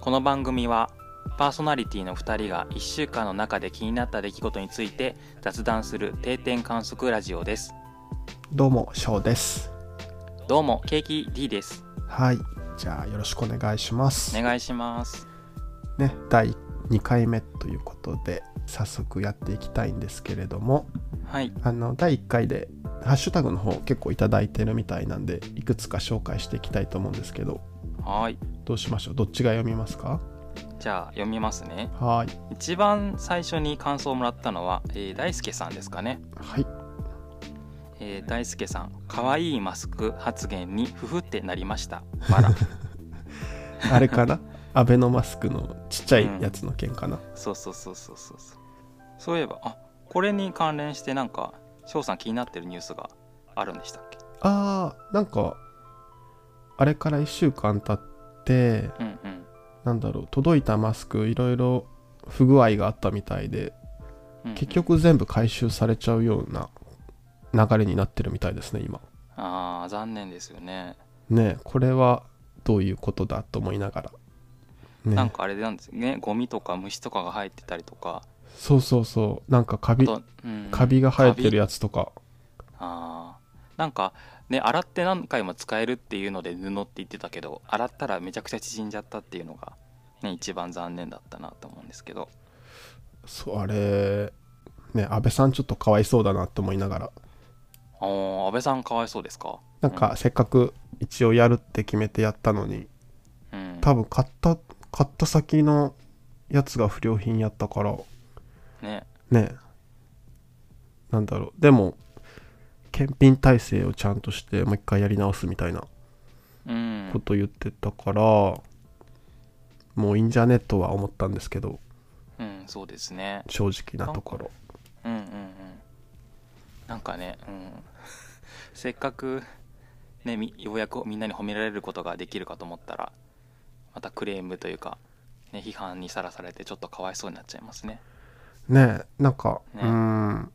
この番組はパーソナリティの2人が1週間の中で気になった出来事について雑談する定点観測ラジオですどうも、翔です。どうもケーキ D ですはい。じゃあ、よろしくお願いします。お願いしますね、第2回目ということで、早速やっていきたいんですけれども、はいあの、第1回で、ハッシュタグの方結構いただいてるみたいなんで、いくつか紹介していきたいと思うんですけど、はいどうしましょうどっちが読みますかじゃあ読みますねはーい。一番最初に感想をもらったのは、えー大輔さんですかね、はい。えー大輔さん可愛いマスク発言にふふってなりました 笑あれかなアベノマスクのちっちゃいやつの件かな、そうそうそうそうそうそうそういえばあこれに関連してなんか翔さん気になってるニュースがあるんでしたっけあー、なんか、あれから1週間経って、うんうんなんだろう届いたマスクいろいろ不具合があったみたいでうんうん結局全部回収されちゃうような流れになってるみたいですね今ああ残念ですよねねえこれはどういうことだと思いながらなんねかあれなんですねゴミとか虫とかが生えてたりとかそうそうそうなんかカあビと、うんカビが生えてるカビやつとかあーなんかね洗って何回も使えるっていうので布って言ってたけど洗ったらめちゃくちゃ縮んじゃったっていうのがね一番残念だったなと思うんですけどそうあれね安倍さんちょっとかわいそうだなと思いながらああ安倍さんかわいそうですかなんかせっかく一応やるって決めてやったのにうん多分買った買った先のやつが不良品やったからねねなんだろうでも検品体制をちゃんとしてもう一回やり直すみたいなうんこと言ってたから、もういいんじゃねとは思ったんですけどうんそうですね正直なところうんうんうんなんかね、うん、 せっかく、ね、みようやくみんなに褒められることができるかと思ったらまたクレームというか、ね、批判にさらされてちょっとかわいそうになっちゃいますねねえなんか、ねうーん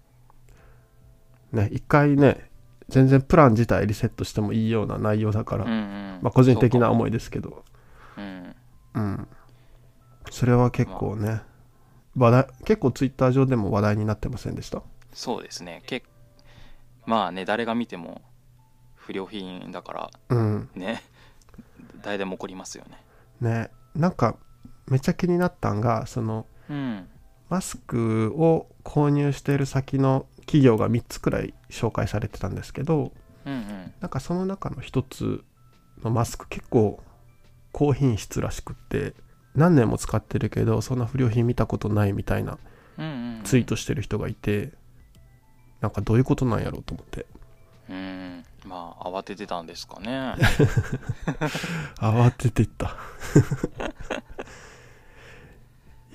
ね一回ね全然プラン自体リセットしてもいいような内容だから、うんうんまあ個人的なそう思いですけどかもうんうんそれは結構ね、話題結構ツイッター上でも話題になってませんでしたそうですねけまあね誰が見ても不良品だからうんね誰でも怒りますよねねなんかめっちゃ気になったんがそのうんマスクを購入している先の企業が3つくらい紹介されてたんですけどうんうんなんかその中の1つのマスク結構高品質らしくって何年も使ってるけどそんな不良品見たことないみたいなうんうんうんツイートしてる人がいてなんかどういうことなんやろうと思ってうんまあ慌ててたんですかね慌てていった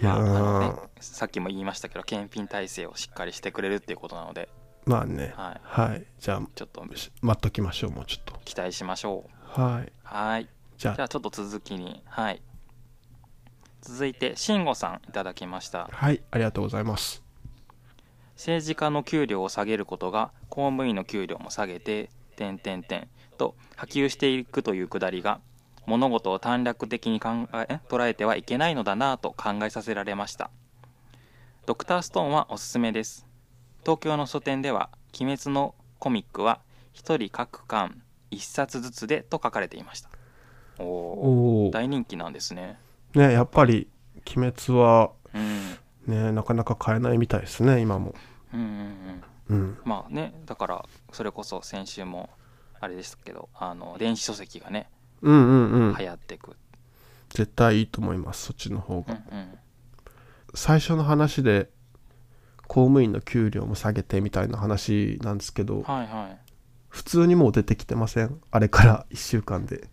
いや まああのねー、さっきも言いましたけど検品体制をしっかりしてくれるっていうことなので、まあねはい、はいじゃあちょっとし待っときましょうもうちょっと期待しましょうはいはいじゃあじゃあちょっと続きにはい続いて慎吾さんいただきましたはいありがとうございます政治家の給料を下げることが公務員の給料も下げて点点点と波及していくというくだりが物事を短絡的に考ええ捉えてはいけないのだなぁと考えさせられましたドクターストーンはおすすめです東京の書店では「鬼滅のコミック」は1人各巻1冊ずつでと書かれていましたおおおお大人気なんですねねやっぱり「鬼滅」はうんねなかなか買えないみたいですね今もうんうんうんうんまあねだからそれこそ先週もあれでしたけどあの電子書籍がねうんうんうん流行ってく、絶対いいと思いますそっちの方うんがうん、最初の話で公務員の給料も下げてみたいな話なんですけどはいはい普通にもう出てきてませんあれから1週間で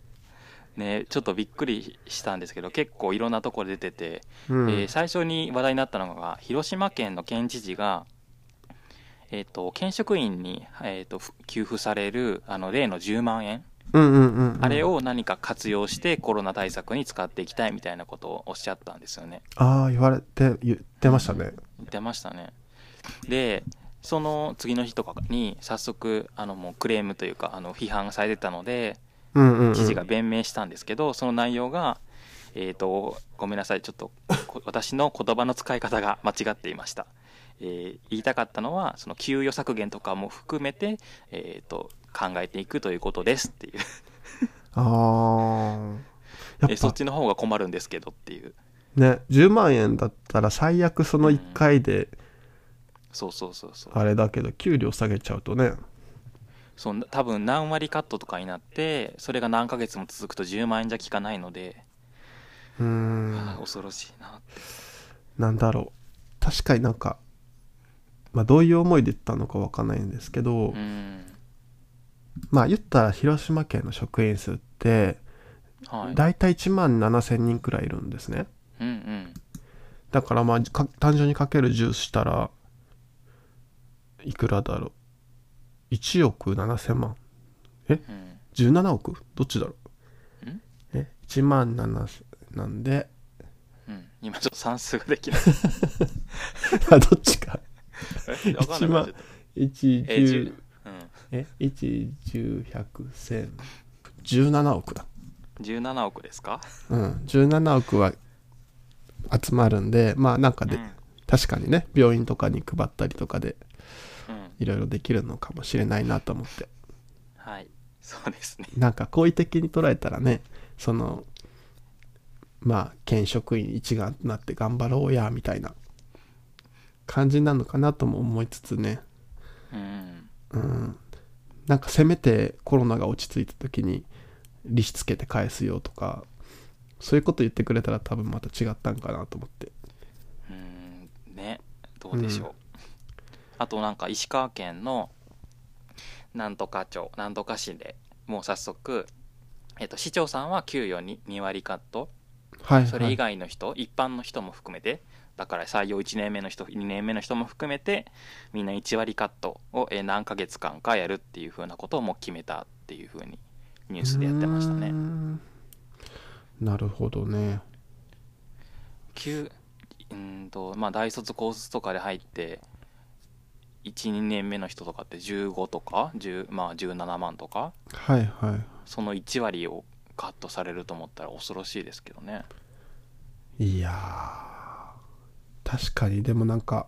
ねちょっとびっくりしたんですけど結構いろんなところ出てて、うんえー最初に話題になったのが広島県の県知事がえっ、と県職員に、えー、とふ給付されるあの例の10万円、うんうんうんうんあれを何か活用してコロナ対策に使っていきたいみたいなことをおっしゃったんですよねああ言われて言ってましたね出ましたねでその次の日とかに早速あのもうクレームというかあの批判されてたのでうんうん、うん、知事が弁明したんですけど、その内容が、えっ、と、ごめんなさい。ちょっと、こ私の言葉の使い方が間 違っていました。えー言いたかったのは、その給与削減とかも含めて、えっ、と、考えていくということですっ ていう。あーやえっそっぱちの方が困るんですけどっていう。ね10万円だったら最悪その1回でそうそうそうそう。あれだけど給料下げちゃうとねそう多分何割カットとかになってそれが何ヶ月も続くと10万円じゃ効かないので、うーはあん恐ろしいなってなんだろう確かになんか、まあ、どういう思いで言ったのかわかんないんですけど、うんまあ言ったら広島県の職員数ってはい大体1万7,000人くらいいるんですねうんうんだからまあか単純にかける10したらいくらだろう1億7,000万うん17億どっちだろんうえ1万7なんでうん今ちょっと算数がで きないあどっちかえわかんなくなっちゃったえー110 10うんえ1101000 17億だ17億ですか、うん17億は集まるんでまあなんかうんで、確かにね病院とかに配ったりとかでうん、いろいろできるのかもしれないなと思ってはいそうですねなんか好意的に捉えたらねそのまあ県職員一丸となって頑張ろうやみたいな感じなのかなとも思いつつねうんうんなんかせめてコロナが落ち着いた時に利子つけて返すよとかそういうこと言ってくれたら多分また違ったんかなと思ってうんねどうでしょう、あとなんか石川県のなんとか町なんとか市でもう早速、えっと市長さんは給与に2割カットはい、それ以はい、外の人、一般の人も含めてだから採用1年目の人2年目の人も含めてみんな1割カットをえー何ヶ月間かやるっていうふうなことをもう決めたっていうふうにニュースでやってましたうーねんなるほどね急うーんとまあ大卒高卒とかで入って12年目の人とかって15とか10、まあ、17万とかはいはいその1割をカットされると思ったら恐ろしいですけどねいやー確かにでもなんか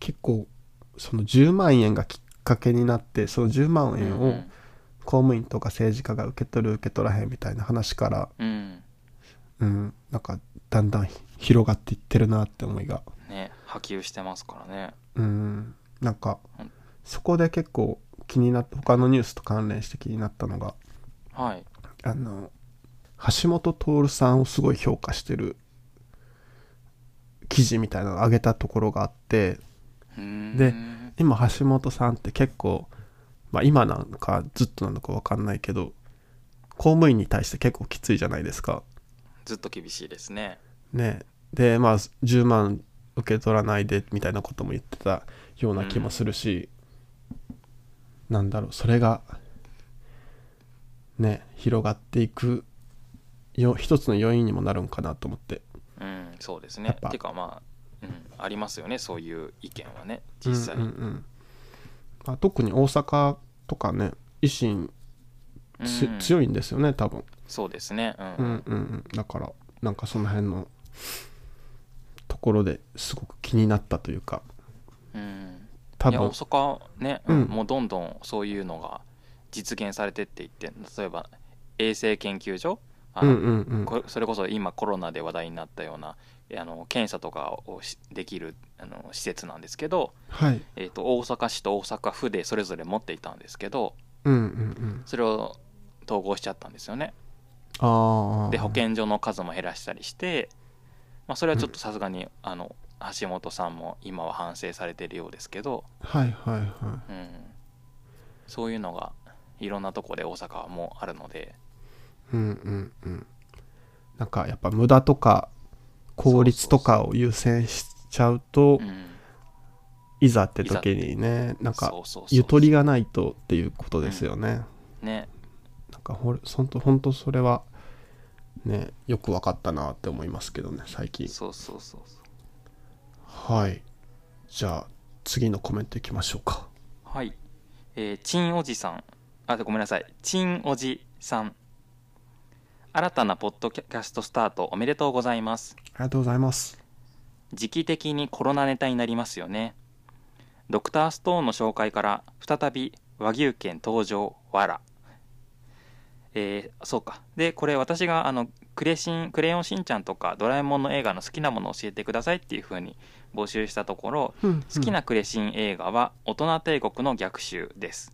結構その10万円がきっかけになってその10万円うをん公務員とか政治家が受け取る受け取らへんみたいな話から、うんうん、なんかだんだん広がっていってるなって思いが、ね波及してますからねうん、なんかうんそこで結構気になって他のニュースと関連して気になったのがはいあの橋本徹さんをすごい評価してる記事みたいなのを上げたところがあってうーんで今橋本さんって結構、まあ、今なんかずっとなのか分かんないけど公務員に対して結構きついじゃないですか。ずっと厳しいですねね、でまあ10万受け取らないでみたいなことも言ってたような気もするし、なんだろうそれがね広がっていくよ一つの要因にもなるんかなと思ってうんそうですやねっぱてかまあ、うん、ありますよねそういう意見はね実際、うんうんうんまあ、特に大阪とかね維新つ、うん強いんですよね多分、そうですねううんんうんうん、だからなんかその辺のところですごく気になったというかうん多いや分大阪ね、うんもうどんどんそういうのが実現されてっていって例えば衛生研究所あうんのうんうんこそれこそ今コロナで話題になったようなえあの検査とかをしできるあの施設なんですけど、はいえー、と大阪市と大阪府でそれぞれ持っていたんですけどうんうんうんそれを統合しちゃったんですよねああで保健所の数も減らしたりして、まあ、それはちょっとさすがに、あの橋本さんも今は反省されてるようですけど、はいはいはうん、そういうのがいろんなとこで大阪はもうあるのでいうんうんうんなんかやっぱ無駄とか効率とかを優先しちゃうとうんいざって時にねなんかそうそうそうゆとりがないとっていうことですよね、ねなんかほれほんとほんとそれはねよく分かったなって思いますけどね最近そうそうそうそうはいじゃあ次のコメントいきましょうかはいえー、チンおじさんあごめんなさいチンおじさん新たなポッドキャストスタートおめでとうございます。りがとうございます。時期的にコロナネタになりますよね。ドクターストーンの紹介から再び和牛券登場わら。えーそうか。で、これ私があのクレシン、クレヨンしんちゃんとかドラえもんの映画の好きなものを教えてくださいっていうふうに募集したところ、好きなクレシン映画は大人帝国の逆襲です。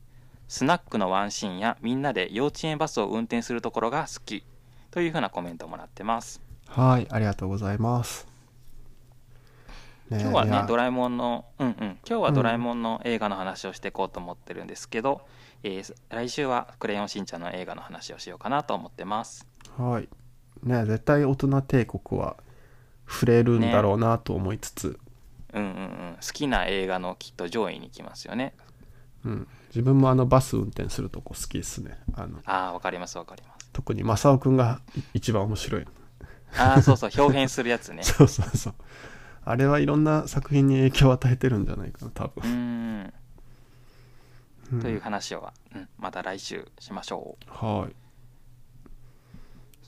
スナックのワンシーンやみんなで幼稚園バスを運転するところが好きというふうなコメントをもらってます。はい、ありがとうございます。ね今日はいねやドラえもんのうんうん今日はドラえもんの映画の話をしていこうと思ってるんですけど、えー来週は「クレヨンしんちゃん」の映画の話をしようかなと思ってますはい。ね絶対大人帝国は触れるんだろうなと思いつつ、うんうんうん好きな映画のきっと上位に来ますよねうん、自分もあのバス運転するとこ好きですね。あのああわかりますわかります特に正雄くんがい一番面白い。ああそうそう表現するやつ ねそうそうそう。あれはいろんな作品に影響を与えてるんじゃないかな、多う分。ーんうんという話は、うん、また来週しましょうはい。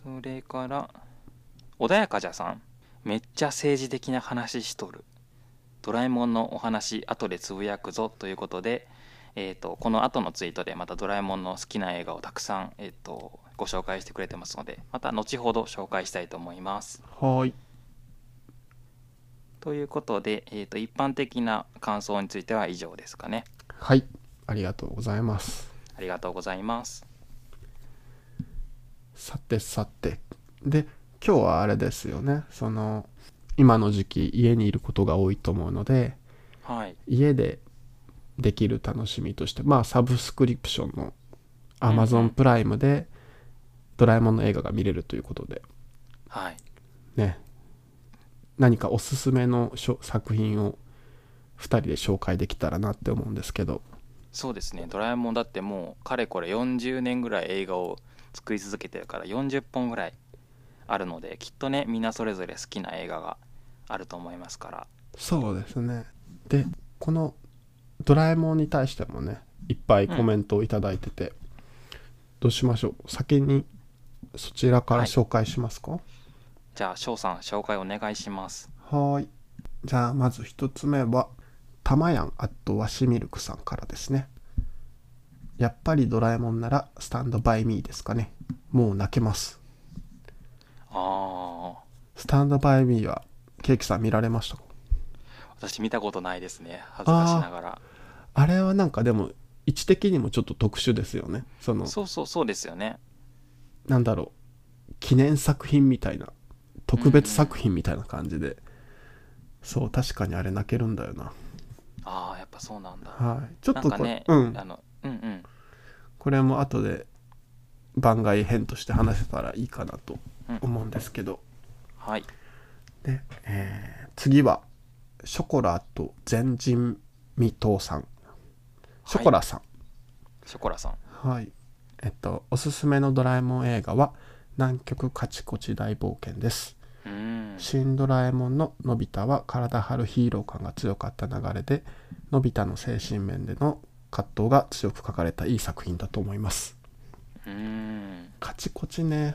それから穏やかじゃさんめっちゃ政治的な話しとるドラえもんのお話後でつぶやくぞということで、えー、とこの後のツイートでまたドラえもんの好きな映画をたくさん、えー、とご紹介してくれてますのでまた後ほど紹介したいと思いますはい。ということで、えー、と一般的な感想については以上ですかねはい。ありがとうございます。ありがとうございますさてさて。で、今日はあれですよね。その、今の時期家にいることが多いと思うので、はい家でできる楽しみとしてまあサブスクリプションのん Amazon プライムでドラえもんの映画が見れるということではいね何かおすすめのしょ作品を2人で紹介できたらなって思うんですけどそうですね「ドラえもん」だってもうかれこれ40年ぐらい映画を作り続けてるから40本ぐらいあるのできっとねみんなそれぞれ好きな映画があると思いますからそうですねでこの「ドラえもん」に対してもねいっぱいコメントを頂いただいてて、どうしましょう先にそちらからはい紹介しますか、じゃあ翔さん紹介お願いしますはーい。じゃあまず一つ目は、たまやんあとわしミルクさんからですね。やっぱりドラえもんならスタンドバイミーですかね。もう泣けます。あスタンドバイミーはケーキさん見られましたかあ私見たことないですね恥ずかしながらあれはなんかでも位置的にもちょっと特殊ですよね。そのそうそうそうですよねなんだろう記念作品みたいな特別作品みたいな感じで、そう確かにあれ泣けるんだよな。ああやっぱそうなんだはい。ちょっなんとかこれ、ね、うんあのうんうんこれも後で番外編として話せたらいいかなと思うんですけど、はいで、えー次はショコラと前人未到さんショコラさんショコラさんはい、えっとおすすめのドラえもん映画は南極カチコチ大冒険ですうーん新ドラえもんののび太は体張るヒーロー感が強かった流れでのび太の精神面での葛藤が強く書かれたいい作品だと思いますうーんカチコチね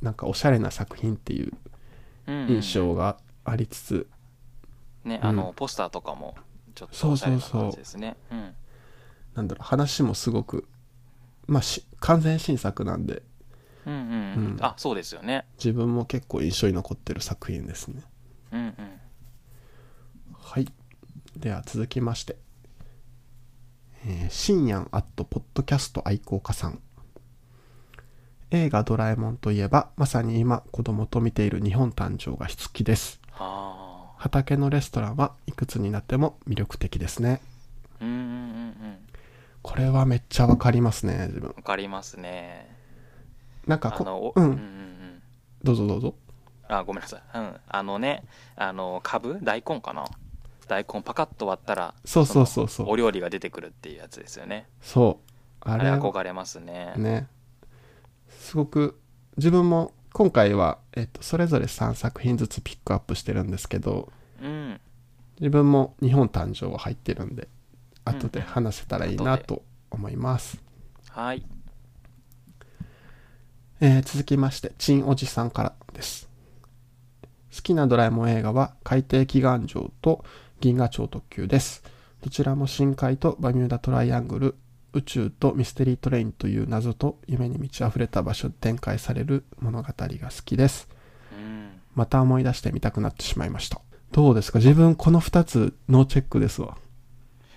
なんかおしゃれな作品っていううんうん印象がありつつ、ね、うんあのポスターとかもちょっとそうおしゃそれうなそう感じですねうんなんだろう話もすごくまあし完全新作なんでうんうん、うんあそうですよね自分も結構印象に残ってる作品ですねうんうんはいでは続きましてえー深夜アットポッドキャスト愛好家さん映画「ドラえもん」といえばまさに今子供と見ている日本誕生が好きですあ畑のレストランはいくつになっても魅力的ですねあうんうんうんうんこれはめっちゃわかりますね自分わかりますねなんかあのこおううんうんうんんどうぞどうぞあごめんなさい、うん、あのねあの株大根かな大根パカッと割ったらそうそうそうそうのお料理が出てくるっていうやつですよねそうああれれ憧れますねねすごく自分も今回は、えっと、それぞれ3作品ずつピックアップしてるんですけどうん自分も日本誕生は入ってるんでうん後で話せたらいいなと思います、はいえー続きまして、チンおじさんからです。好きなドラえもん映画は、海底祈願城と銀河町特急です。どちらも深海とバミューダトライアングル、宇宙とミステリートレインという謎と夢に満ち溢れた場所で展開される物語が好きです。うんまた思い出してみたくなってしまいました。どうですか自分この2つノーチェックですわ。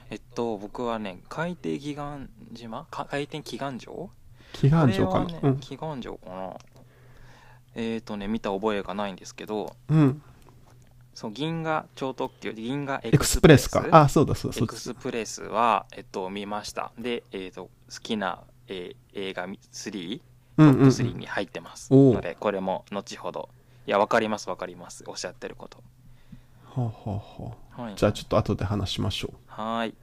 えっと僕はね海底祈願島か海底祈願城祈願城かな、これはうねん。祈願城かなえっ、ー、とね見た覚えがないんですけどうん。そう銀河超特急銀河エエクスプレスか。あ、そうだそうだそエうだク。スプレスは、えっと、見ましたで、えっと好きな、えー映画み3うトんッうプん3に入ってます、おうのでこれも後ほどいやわかりますわかりますおっしゃってることほうほうほ。はいうじゃあちょっと後で話しましょう。はーい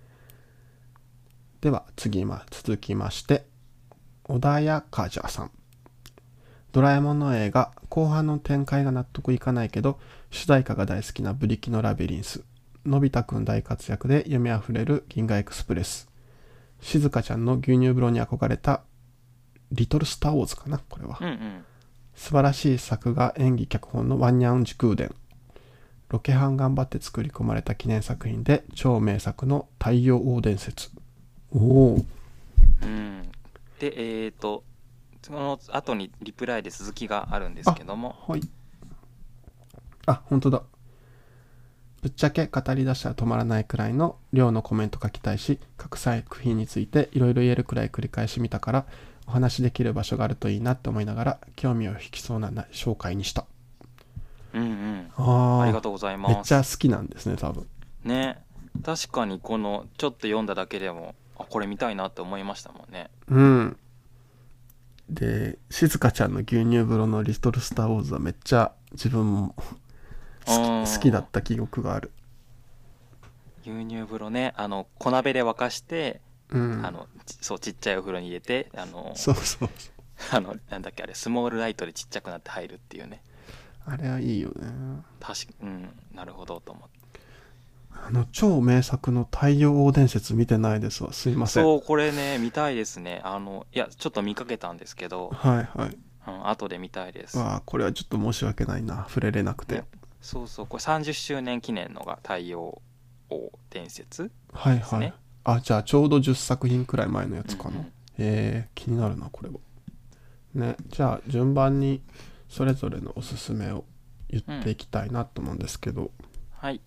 では次ま続きまして小田谷カジャさんドラえもんの映画後半の展開が納得いかないけど主題歌が大好きな「ブリキのラビリンス」のび太くん大活躍で夢あふれる「銀河エクスプレス」静香ちゃんの牛乳風呂に憧れた「リトル・スター・ウォーズ」かなこれはうんうん素晴らしい作画演技脚本のワンニャン時空伝ロケハン頑張って作り込まれた記念作品で超名作の「太陽王伝説」おおうんでえっ、とその後にリプライで続きがあるんですけどもはいあ本当だぶっちゃけ語り出したら止まらないくらいの量のコメント書きたいし各作品についていろいろ言えるくらい繰り返し見たからお話しできる場所があるといいなって思いながら興味を引きそうなな紹介にしたうんうんあーありがとうございめっまちすゃ好きなんですね多分ね確かにこのちょっと読んだだけでもあこれ見たいなって思いましたもんねうんで静香ちゃんの牛乳風呂の「リトル・スター・ウォーズ」はめっちゃ自分も好あきー好きだった記憶がある牛乳風呂ねあの小鍋で沸かしてうんあのちそうちっちゃいお風呂に入れてあのそうそうそう あのなんだっけあれスモールライトでちっちゃくなって入るっていうねあれはいいよね確かうんなるほどと思ってあの超名作の「太陽王伝説」見てないですわすいませんそうこれね見たいですねあのいやちょっと見かけたんですけど、はいはいうん、後で見たいですわあこれはちょっと申し訳ないな触れれなくて、ねそうそうこれ30周年記念のが太陽王伝説はいですはい、ねあじゃあちょうど10作品くらい前のやつかな、うんうんえー、気になるなこれはねじゃあ順番にそれぞれのおすすめを言っていきたいなと思うんですけど、はい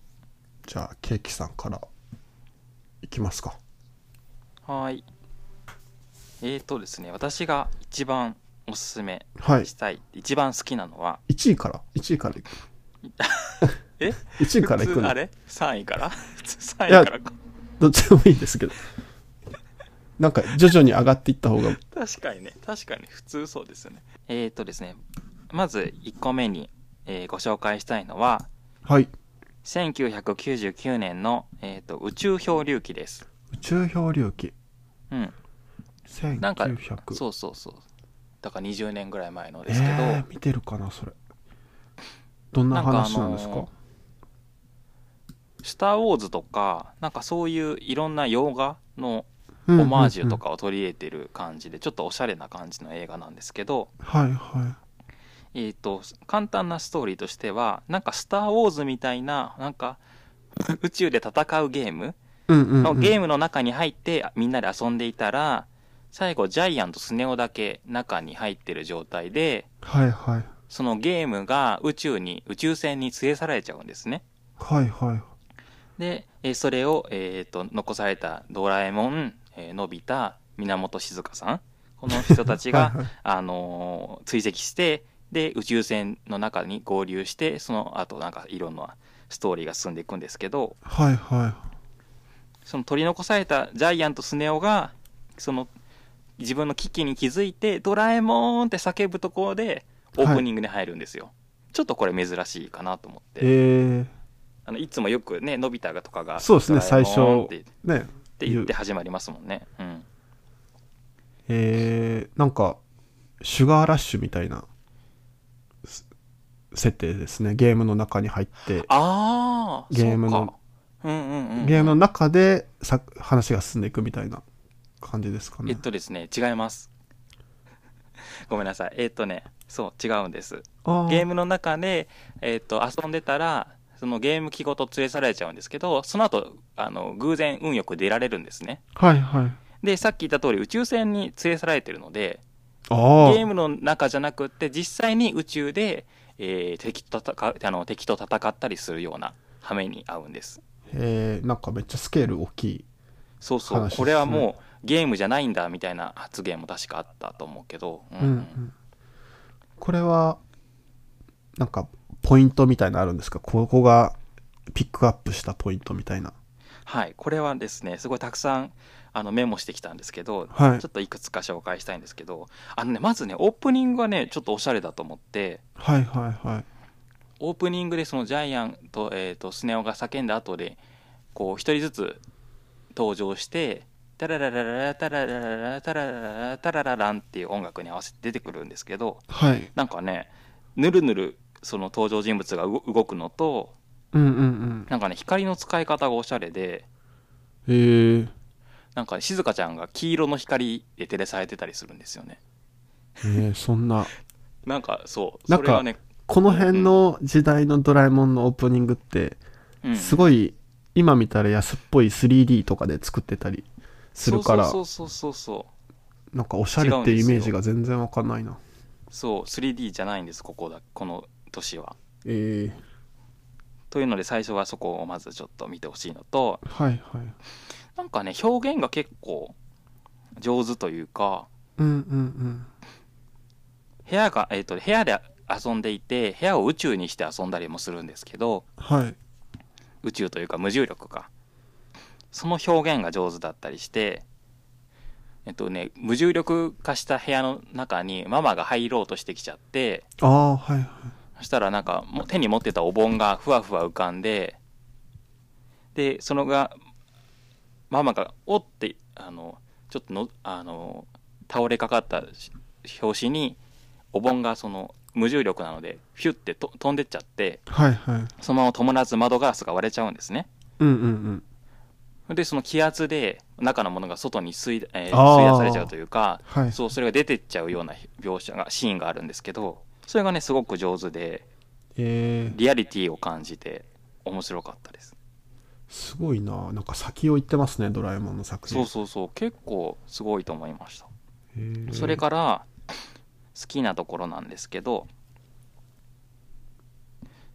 じゃあケーキさんからいきますかはいえーとですね私が一番おすすめはいしたい一番好きなのは1位から1位からいくえ1位からい普く通のあれ3位から 普通3いや位からかどっちでもいいですけど。なんか徐々に上がっていった方が。確かにね確かに普通そうですよねえー、とですねまず1個目に、えーご紹介したいのははい。 1999年の、えー、と宇宙漂流記です宇宙漂流記。うん1900。なんかうそうそうそうだから20年ぐらい前のでですすけけど、ど。えー、見てるかな、それ。どんな話なんですかなんかスター・ウォーズ」とかなんかそういういろんな洋画のオオマージュと。かを取り入れてる感じで、ちょっとおしゃれな感じの映画なんですけど、はいはえー、と簡単なストーリーとしてはなんか「スター・ウォーズ」みたいななんか宇宙で戦うゲームい。うんうん、うのん。ゲーム。ムの中に入ってみんなで遊んでいたら最後ジャイアンとスネ夫だけ中に入ってる状態ではいはい。そのゲームが宇宙に宇宙船に連れ去られちゃうんですねはいはい。でえーそれを、えー、と残されたドラえもん、えーのび太源静香さんこの人たちが はいはいあのー追跡してで宇宙船の中に合流してその後なんかいろんなストーリーが進んでいくんですけどはいはその取り残されたジャイアンとスネ夫がその自分の危機に気づいて「ドラえもん!」って叫ぶところでオープニングに入るんですよ、ちょっとこれ珍しいかなと思っい。て、えあのいつもよくねのび太がとかがそうですねドラえもん最初ってー、ねって言って始まりますもんね、うん、えー、なんか、シュガーラッシュみたいな、す設定ですね。ゲームの中に入って。ああゲームのそうかうんうんうんゲームの中でさ話が進んでいくみたいな感じですかえっね。とですね違います ごめんなさいえっ、とねそう違うんですあゲームの中で、えっと遊んでたらそのゲーム機ごと連れ去られちゃうんですけどその後あの偶然運よく出られるんですねはいはいでさっき言った通り宇宙船に連れ去られてるのでああゲームの中じゃなくって実際に宇宙で、えー敵と戦うあの敵と戦ったりするような羽目に合うんですえー、なんかめっちゃスケール大きいそうそう、話ですねこれはもうゲームじゃないんだみたいな発言も確かあったと思うけど、うんうんうんこれはなんかポイントみたいなのあるんですかここがピックアップしたポイントみたいなはいこれはですねすごいたくさんあのメモしてきたんですけどはいちょっといくつか紹介したいんですけどあのねまずねオープニングはねちょっとおしゃれだと思ってはいはいはいオープニングでそのジャイアンと,、えー、とスネ夫が叫んだ後でこう一人ずつ登場して「タラララララタララララタララララタラララン」っていう音楽に合わせて出てくるんですけどはいなんかねぬるぬるその登場人物が動動くのとうんうんうんなんかね光の使い方がおしゃれでえー、なんか、ね、静香ちゃんが黄色の光で照らされてたりするんですよね えー、そんななんかそうなんそかれはねこの辺の時代のドラえもんのオープニングってうんすごい今見たら安っぽい 3D とかで作ってたりするからそうそうそうそうそうなんかおしゃれっていうイメージが全然わかんないなそう 3D じゃないんですここだこの年はえー、というので最初はそこをまずちょっと見てほしいのとはいはいなんかね表現が結構上手というかうんうん部屋が、えっと部屋で遊んでいて部屋を宇宙にして遊んだりもするんですけどうんはい宇宙というか無重力かその表現が上手だったりしてえっとね無重力化した部屋の中にママが入ろうとしてきちゃってああはいはいそしたらなんかも手に持ってたお盆がふわふわ浮かんででそのがママが「おっ!」てあのちょっとのあの倒れかかったし拍子にお盆がその無重力なのでヒュッてと飛んでっちゃってはいはいそのまま止まらず窓ガラスが割れちゃうんですねうんうんうんでその気圧で中のものが外に吸い,、えーあー吸い出されちゃうというかはいそうそれが出てっちゃうような描写がシーンがあるんですけどそれがねすごく上手でえー、リアリティを感じて面白かったです。すごいななんか先を行ってますねドラえもんの作そ品うそうそう、結構すごいと思いました。えーそれから、好きなところなんですけど、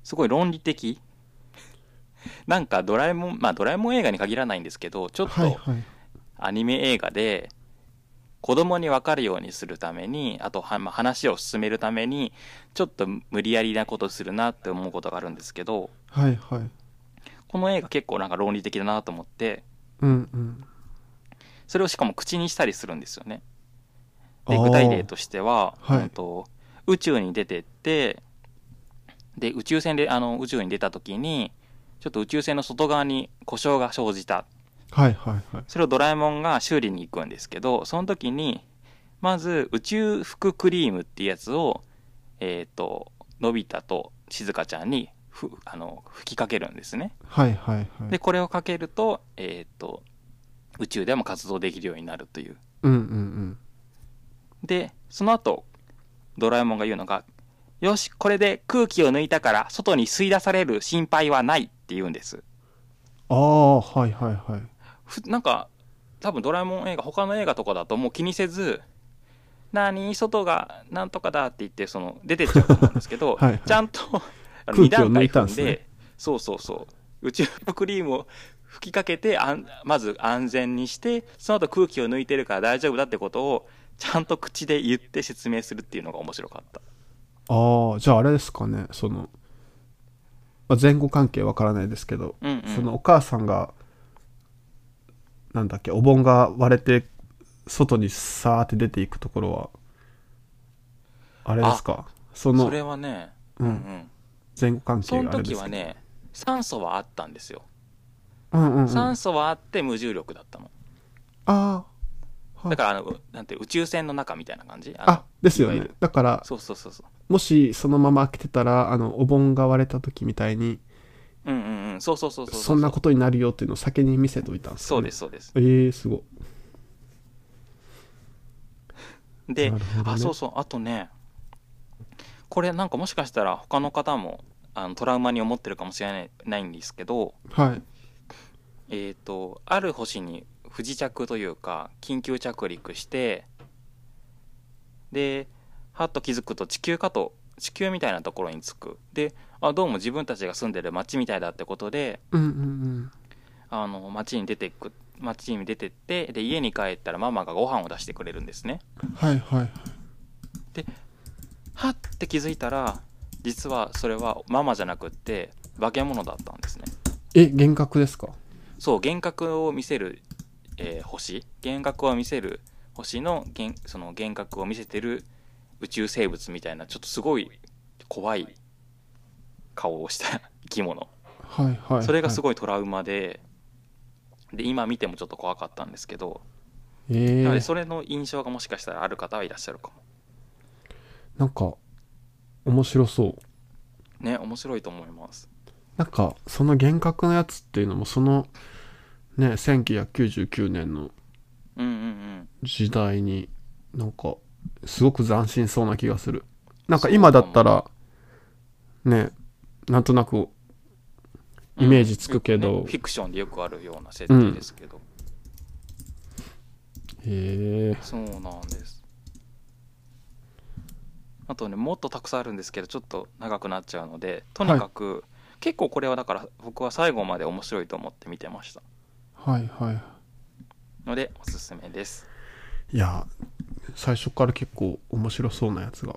すごい論理的。 なんかドラえもん、まあドラえもん映画に限らないんですけど、ちょっはいとはいアニメ映画で、子供に分かるようにするために、あとは、まあ話を進めるために、ちょっと無理やりなことするなって思うことがあるんですけど、はいはいこの映画結構なんか論理的だなと思って、うんうんそれをしかも口にしたりするんですよね。あでー具体例としては、はいうんと宇宙に出てってで宇宙船であの宇宙に出た時にちょっと宇宙船の外側に故障が生じたはいはいはいそれをドラえもんが修理に行くんですけどその時にまず宇宙服クリームっていうやつをえっ、とのび太としずかちゃんにふあの吹きかけるんですね。はいはいはいでこれをかけると,、えっと宇宙でも活動できるようになるといううんうんうんでその後ドラえもんが言うのが「よしこれで空気を抜いたから外に吸い出される心配はない」って言うんですああはいはいはいふなんか多分ドラえもん映画他の映画とかだともう気にせず「何外がなんとかだ」って言ってその出てっちゃうと思うんですけど はいはいちゃんとあの空二気を段抜階いた踏んんですでねそうそうそう宇宙服クリームを吹きかけてあんまず安全にしてその後空気を抜いてるから大丈夫だってことをちゃんと口で言って説明するっていうのが面白かった。ああじゃああれですかねその、まあ、前後関係わからないですけど、うんうんそのお母さんがなんだっけお盆が割れて外にさーって出ていくところはあれですかそのそれはね、うんうん、前後関係そがのあれで時すはかね酸素はあったんですよ、うんうんうん酸素はあって無重力だったのああだからあのうなんて宇宙船の中みたいな感じあのあですいよわゆねるだからそうそうそうそうもしそのまま開けてたらあのお盆が割れた時みたいにうんうんうんそうそうそうそうそんなことになるよっていうのを先に見せといたんです、ね、そうですそうですえー、すごいで、なるほどねあそうそうあとねこれなんかもしかしたら他の方もあのトラウマに思ってるかもしれないないんですけど、はいえー、とある星に不時着というか緊急着陸してではっと気づくと地球かと地球みたいなところに着くであどうも自分たちが住んでる町みたいだってことでうんうんあの町に出てく町に出てってで家に帰ったらママがご飯を出してくれるんですねうんはいはいはって気づいたら実はそれはママじゃなくって化け物だったんですねえ幻覚ですかそう幻覚を見せる、えー星幻覚を見せる星の幻その幻覚を見せてる宇宙生物みたいなちょっとすごい怖い顔をした生き物はいはい、はい、それがすごごいいトラウマでで今見てもちょっと怖かったんですけどえなのーで、それの印象がもしかしたらある方はいらっしゃるかもなんか面白そうね面白いと思いますなんかその幻覚のやつっていうのもそのね1999年のうんうんうん時代になんかすごく斬新そうな気がするなんか今だったらねなんとなくイメージつくけどうんよねフィクションでよくあるような設定ですけど、へえそうなんですあとねもっとたくさんあるんですけどちょっと長くなっちゃうのでとにかく、結構これはだから僕は最後まで面白いと思って見てましたはいはいのでおすすめですいや最初から結構面白そうなやつが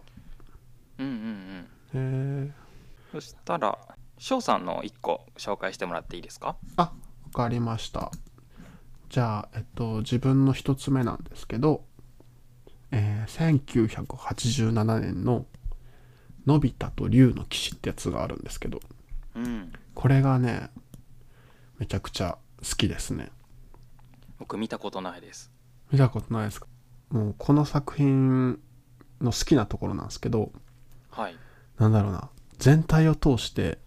うんうんうんへえそしたら翔さんの1個紹介してもらっていいですかあわかりましたじゃあえっと自分の一つ目なんですけど、えー1987年の「のび太と竜の騎士」ってやつがあるんですけどうんこれがねめちゃくちゃ好きですね僕見たことないです見たことないですかもうこの作品の好きなところなんですけどはいなんだろうな全体を通して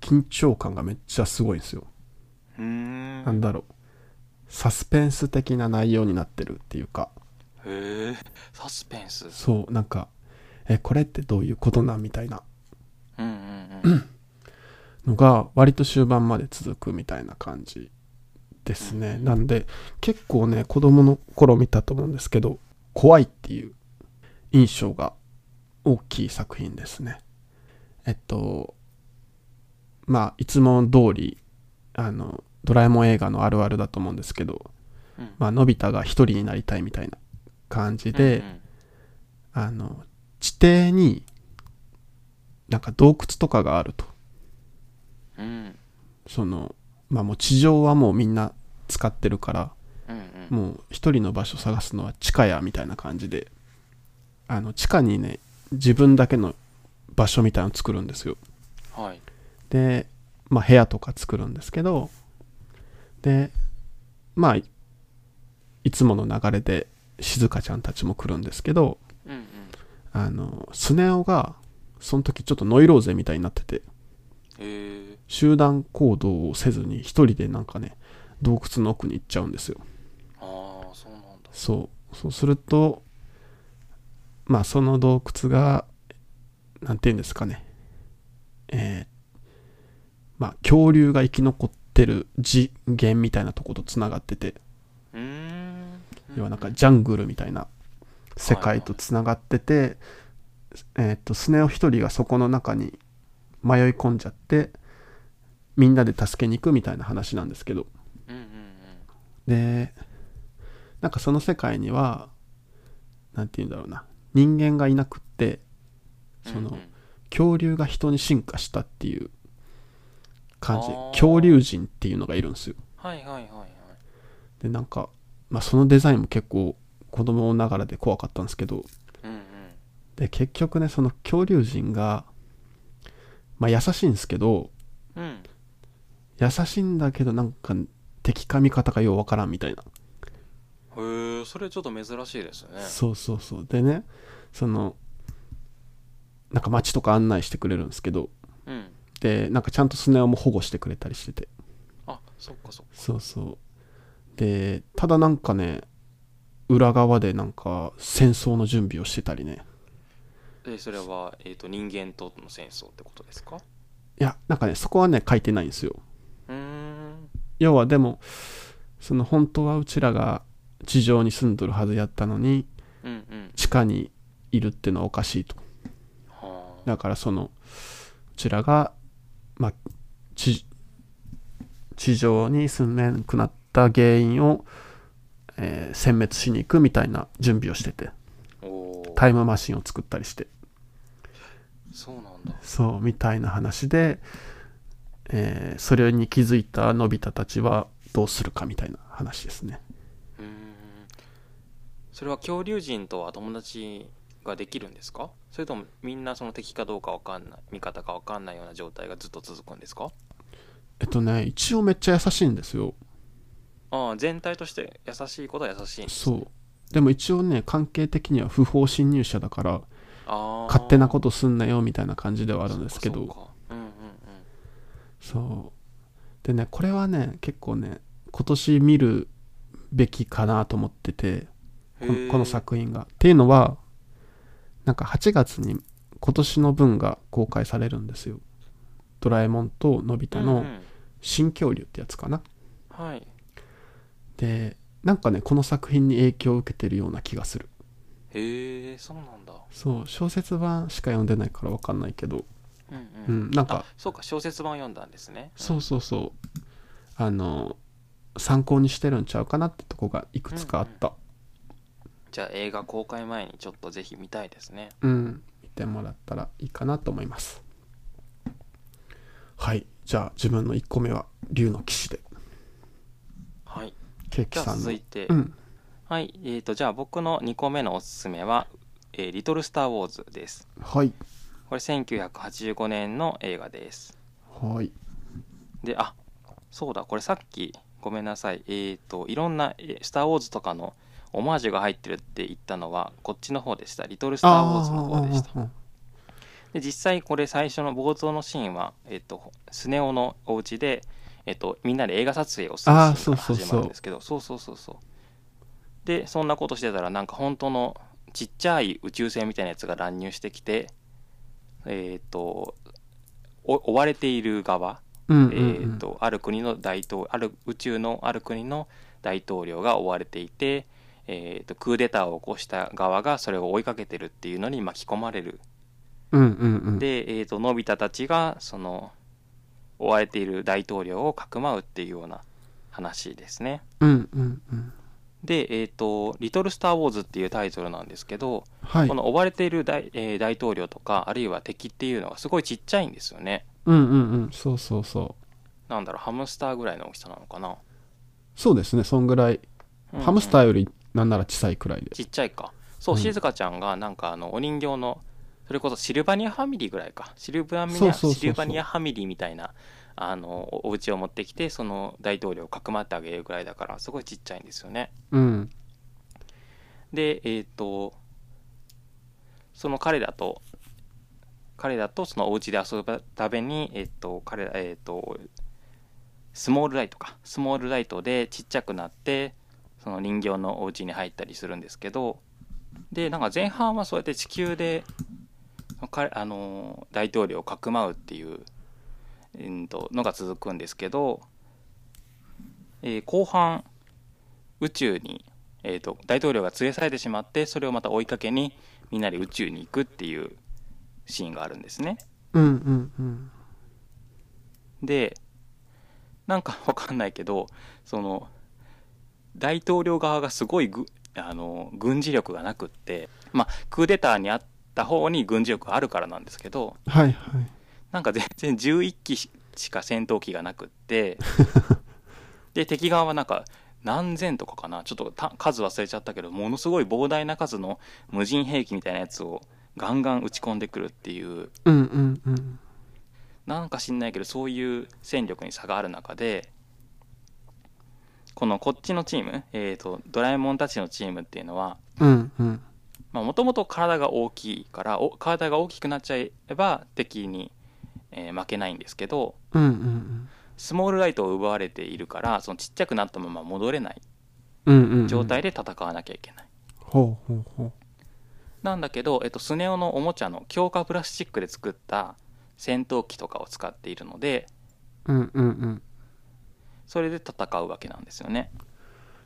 緊張感がめっちゃすごいんですようーんなんだろうサスペンス的な内容になってるっていうかへえサスペンスそうなんかえこれってどういうことなんみたいなうんうんうんのが割と終盤まで続くみたいな感じですねうんなんで結構ね子供の頃見たと思うんですけど怖いっていう印象が大きい作品ですねえっとまあいつも通りあのドラえもん映画のあるあるだと思うんですけど、うんまあのび太が一人になりたいみたいな感じで、うんうんあの、地底に、なんか洞窟とかがあると。うんその、まあもう地上はもうみんな使ってるから、うんうんもう一人の場所探すのは地下や、みたいな感じで、あの、地下にね、自分だけの場所みたいなの作るんですよ。はいで、まあ部屋とか作るんですけど、で、まあ、いいつもの流れで静香ちゃんたちも来るんですけど、うんうんあの、スネ夫が、その時ちょっとノイローゼみたいになってて、へえ集団行動をせずに一人でなんかね、洞窟の奥に行っちゃうんですよ。ああそうなんだそう。そうすると、まあその洞窟が、なんて言うんですかね。えーまあ恐竜が生き残ってる次元みたいなとこと繋がってて、うーん要はなんかジャングルみたいな世界とつながってて、えーっとスネ夫一人がそこの中に迷い込んじゃってみんなで助けに行くみたいな話なんですけどうんうんでなんかその世界にはなんて言うんだろうな人間がいなくってうんそのうんうん恐竜が人に進化したっていう感じであー恐竜人っていうのがいるんですよはいはいはいはいでなんか、まあ、そのデザインも結構子供ながらで怖かったんですけどうんうんで結局ねその恐竜人がまあ優しいんですけどうん優しいんだけどなんか敵か味方かようわからんみたいな、へえそれちょっと珍しいですねそうそうそうでねそのなんか街とか案内してくれるんですけどうんでなんかちゃんとスネ夫も保護してくれたりしててあそっかそっかそうそうでただなんかね裏側でなんか戦争の準備をしてたりねでそれは、えー、と人間との戦争ってことですかいやなんかねそこはね書いてないんですようーん要はでもその本当はうちらが地上に住んどるはずやったのにうんうん地下にいるってのはおかしいとはあだからそのうちらが、まあ、地地上に住めなくなった原因を、えー殲滅しに行くみたいな準備をしてておータイムマシンを作ったりしてそうなんだそうみたいな話で、えーそれに気づいたのび太たちはどうするかみたいな話ですねうーんそれは恐竜人とは友達ができるんですかそれともみんなその敵かどうかわかんない味方かわかんないような状態がずっと続くんですかえっとね一応めっちゃ優しいんですよああ全体として優しいことは優しいんですそうでも一応ね関係的には不法侵入者だからああ勝手なことすんなよみたいな感じではああるんですけうどんうんうんそうでねこれはね結構ね今年見るべきかなと思っててこへのーこの作品が。っていうのはなんか8月に今年の分が公開されるんですよ。ドラえもんとのび太うのんうん新恐竜ってやつかな。はいでなんかねこの作品に影響を受けてるような気がする。へえそうなんだそう小説版しか読んでないからわかんないけど、うんうん、うん、なんあかそうか小説版読んだんですねそううそうそうあの参考にしてるんちゃうかなってとこがいくつかあったじゃあ映画公開前にちょっとぜひ見たいですねうん、見てもらったらいいかなと思いますはいじゃあ自分の1個目は「竜の騎士で」はいケーキじゃさあんの続いて、うんはいえー、とじゃあ僕の2個目のおすすめは「えーリトル・スター・ウォーズ」ですはいこれ1985年の映画ですはいであそうだこれさっきごめんなさいえー、といろんな「えースター・ウォーズ」とかのオマージュが入ってるって言ったのはこっちの方でした「リトル・スター・ウォーズ」の方でしたあーで実際これ最初の冒頭のシーンは、えっとスネ夫のお家で、えっとみんなで映画撮影をするシーあーンからそうそうそう始まるんですけどそうそうそうそうでそんなことしてたらなんか本当のちっちゃい宇宙船みたいなやつが乱入してきてえっ、とお追われている側、うんうんえうんー、とある国の大統ある宇宙のある国の大統領が追われていて、えー、とクーデターを起こした側がそれを追いかけてるっていうのに巻き込まれるうんうんうんで、えー、とのび太たちがその追われている大統領をかくまうっていうような話ですね。うんうんうんで、えーと「リトル・スター・ウォーズ」っていうタイトルなんですけど、はいこの追われている大,、えー大統領とかあるいは敵っていうのがすごいちっちゃいんですよね。うんうんうんそうそうそうなんだろうハムスターぐらいの大きさなのかな。そうですねそんぐらい、うんハムスターうんよりなんなら小さいくらいでちっちゃいか。そう、うん静香ちゃんがなんかあのお人形のそれこそシルバニアファミリーぐらいかシルバニアそうそうそうそうシルバニアファミリーみたいなあのおお家を持ってきてその大統領をかくまってあげるぐらいだからすごいちっちゃいんですよね。うんでえっ、とその彼らと彼らとそのお家で遊ぶためにえっ、と彼らえっ、とスモールライトかスモールライトでちっちゃくなってその人形のお家に入ったりするんですけどでなんか前半はそうやって地球で彼あの大統領をかくまうっていう、うん、とのが続くんですけど、えー後半宇宙に、えー、と大統領が連れ去れてしまってそれをまた追いかけにみんなで宇宙に行くっていうシーンがあるんですね。うんうんうんでなんかわかんないけどその大統領側がすごいぐあの軍事力がなくって、まあ、クーデターにあった方に軍事力があるからなんですけどはいはいなんか全然11機ししか戦闘機がなくってで敵側はなんか何千とかかなちょっとた数忘れちゃったけどものすごい膨大な数の無人兵器みたいなやつをガンガン打ち込んでくるっていううんうんうんなんか知んないけどそういう戦力に差がある中でこのこっちのチーム、えー、とドラえもんたちのチームっていうのはうんうんもともと体が大きいからお体が大きくなっちゃえば敵に、えー負けないんですけどうんうんスモールライトを奪われているからそのちっちゃくなったまま戻れないうんうんうん状態で戦わなきゃいけない。ほうほうほうなんだけど、えっと、スネ夫のおもちゃの強化プラスチックで作った戦闘機とかを使っているのでうんうんうんそれで戦うわけなんですよね。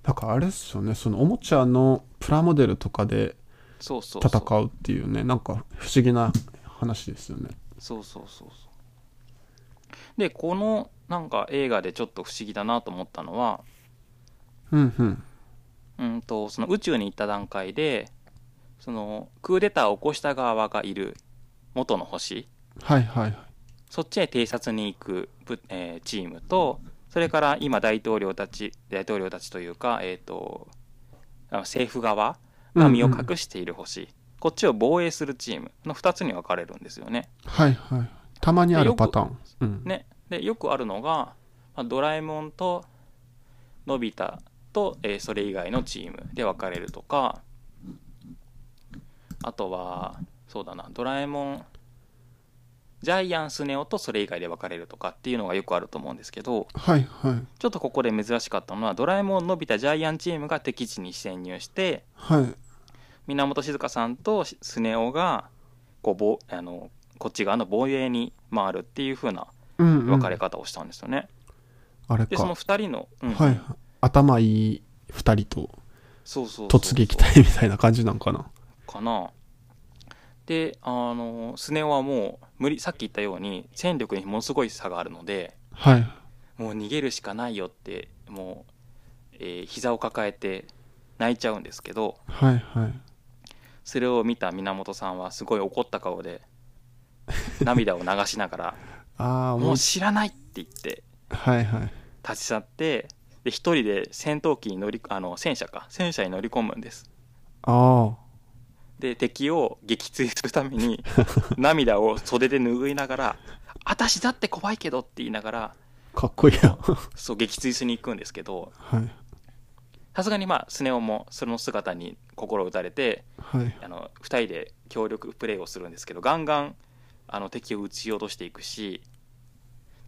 なんかあれっすよねそのおもちゃのプラモデルとかでそうそうそう戦うっていうねなんか不思議な話ですよねそうそうそうそうでこのなんか映画でちょっと不思議だなと思ったのは、うんうんうん、とその宇宙に行った段階でそのクーデターを起こした側がいる元の星はいはいはいそっちへ偵察に行くぶ、えーチームとそれから今大統領たち大統領たちというか、えー、とあの政府側が身をうんうん隠している星、こっちを防衛するチームの2つに分かれるんですよね。はいはいたまにあるパターン、うん、ね、でよくあるのが、まあ、ドラえもんとのび太と、えーそれ以外のチームで分かれるとかあとはそうだなドラえもんジャイアンスネ夫とそれ以外で分かれるとかっていうのがよくあると思うんですけどはいはいちょっとここで珍しかったのはドラえもんのび太ジャイアンチームが敵地に潜入してはい源静香さんとスネ夫がこうぼあのこっち側の防衛に回るっていう風なうん、うん、分かれ方をしたんですよね。あれでかその2人の、うんはいはい頭いい2人とそうそうそう突撃隊みたいな感じなんかなかなであのスネ夫はもう無理さっき言ったように戦力にものすごい差があるのではいもう逃げるしかないよってもう、えー膝を抱えて泣いちゃうんですけどはいはいそれを見た源さんはすごい怒った顔で涙を流しながら「ああも もうう知らない!」って言ってはいはい立ち去ってで一人で戦闘機に乗りあの戦車か戦車に乗り込むんですあで敵を撃墜するために涙を袖で拭いながら「私だって怖いけど」って言いながらあかっこいい なそう撃墜しに行くんですけどはいさすがにまあスネ夫もその姿に心を打たれてはいあの2人で協力プレーをするんですけどガンガンあの敵を撃ち落としていくし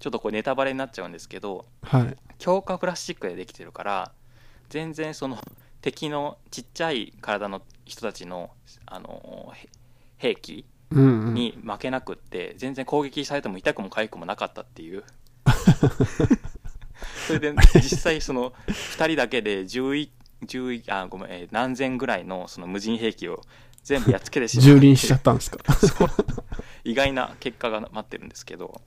ちょっとこれネタバレになっちゃうんですけどはい強化プラスチックでできてるから全然その敵のちっちゃい体の人たちのあのへ兵器うんうんに負けなくって全然攻撃されても痛くも痒くもなかったっていう それで実際その2人だけで11 11あごめん、えー何千ぐらいのその無人兵器を全部やっつけてしまう蹂躙しちゃったんですか 意外な結果が待ってるんですけど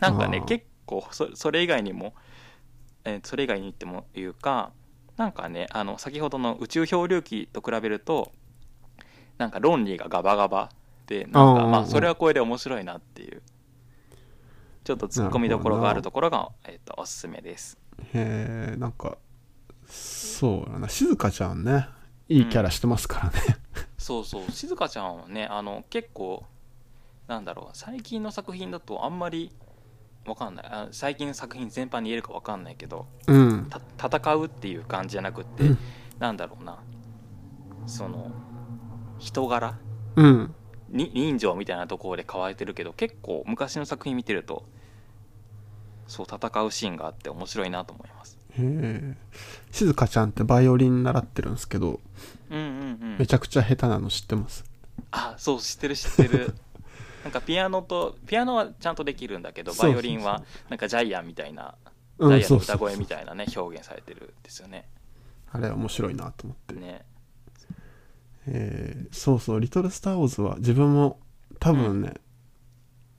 なんかねあー結構そそれ以外にも、えーそれ以外にってもいうかなんかねあの先ほどの宇宙漂流記と比べるとなんか論理がガバガバでなんあかーまあそれはこれで面白いなっていうちょっとツッコミどころがあるところが、えー、とおすすめですへえなんかそうだな静香ちゃんねいいキャラしてますからね、そうそう静香ちゃんはねあの結構なんだろう最近の作品だとあんまりわかんないあ最近の作品全般に言えるかわかんないけどうん、た戦うっていう感じじゃなくって、うんなんだろうなその人柄うんに人情みたいなところで変われてるけど結構昔の作品見てるとそう戦うシーンがあって面白いなと思いますへえ静香ちゃんってバイオリン習ってるんですけどうんうんうめんちゃくちゃ下手なの知ってますあそう知ってる知って るなんかピアノとピアノはちゃんとできるんだけどそうバイそうそうオリンはなんかジャイアンみたいな、うジャんイアンそのうそ歌う声みたいなね表現されてるんですよねあれ面白いなと思って、ねえーそうそう「リトル・スター・ウォーズ」は自分も多分ね、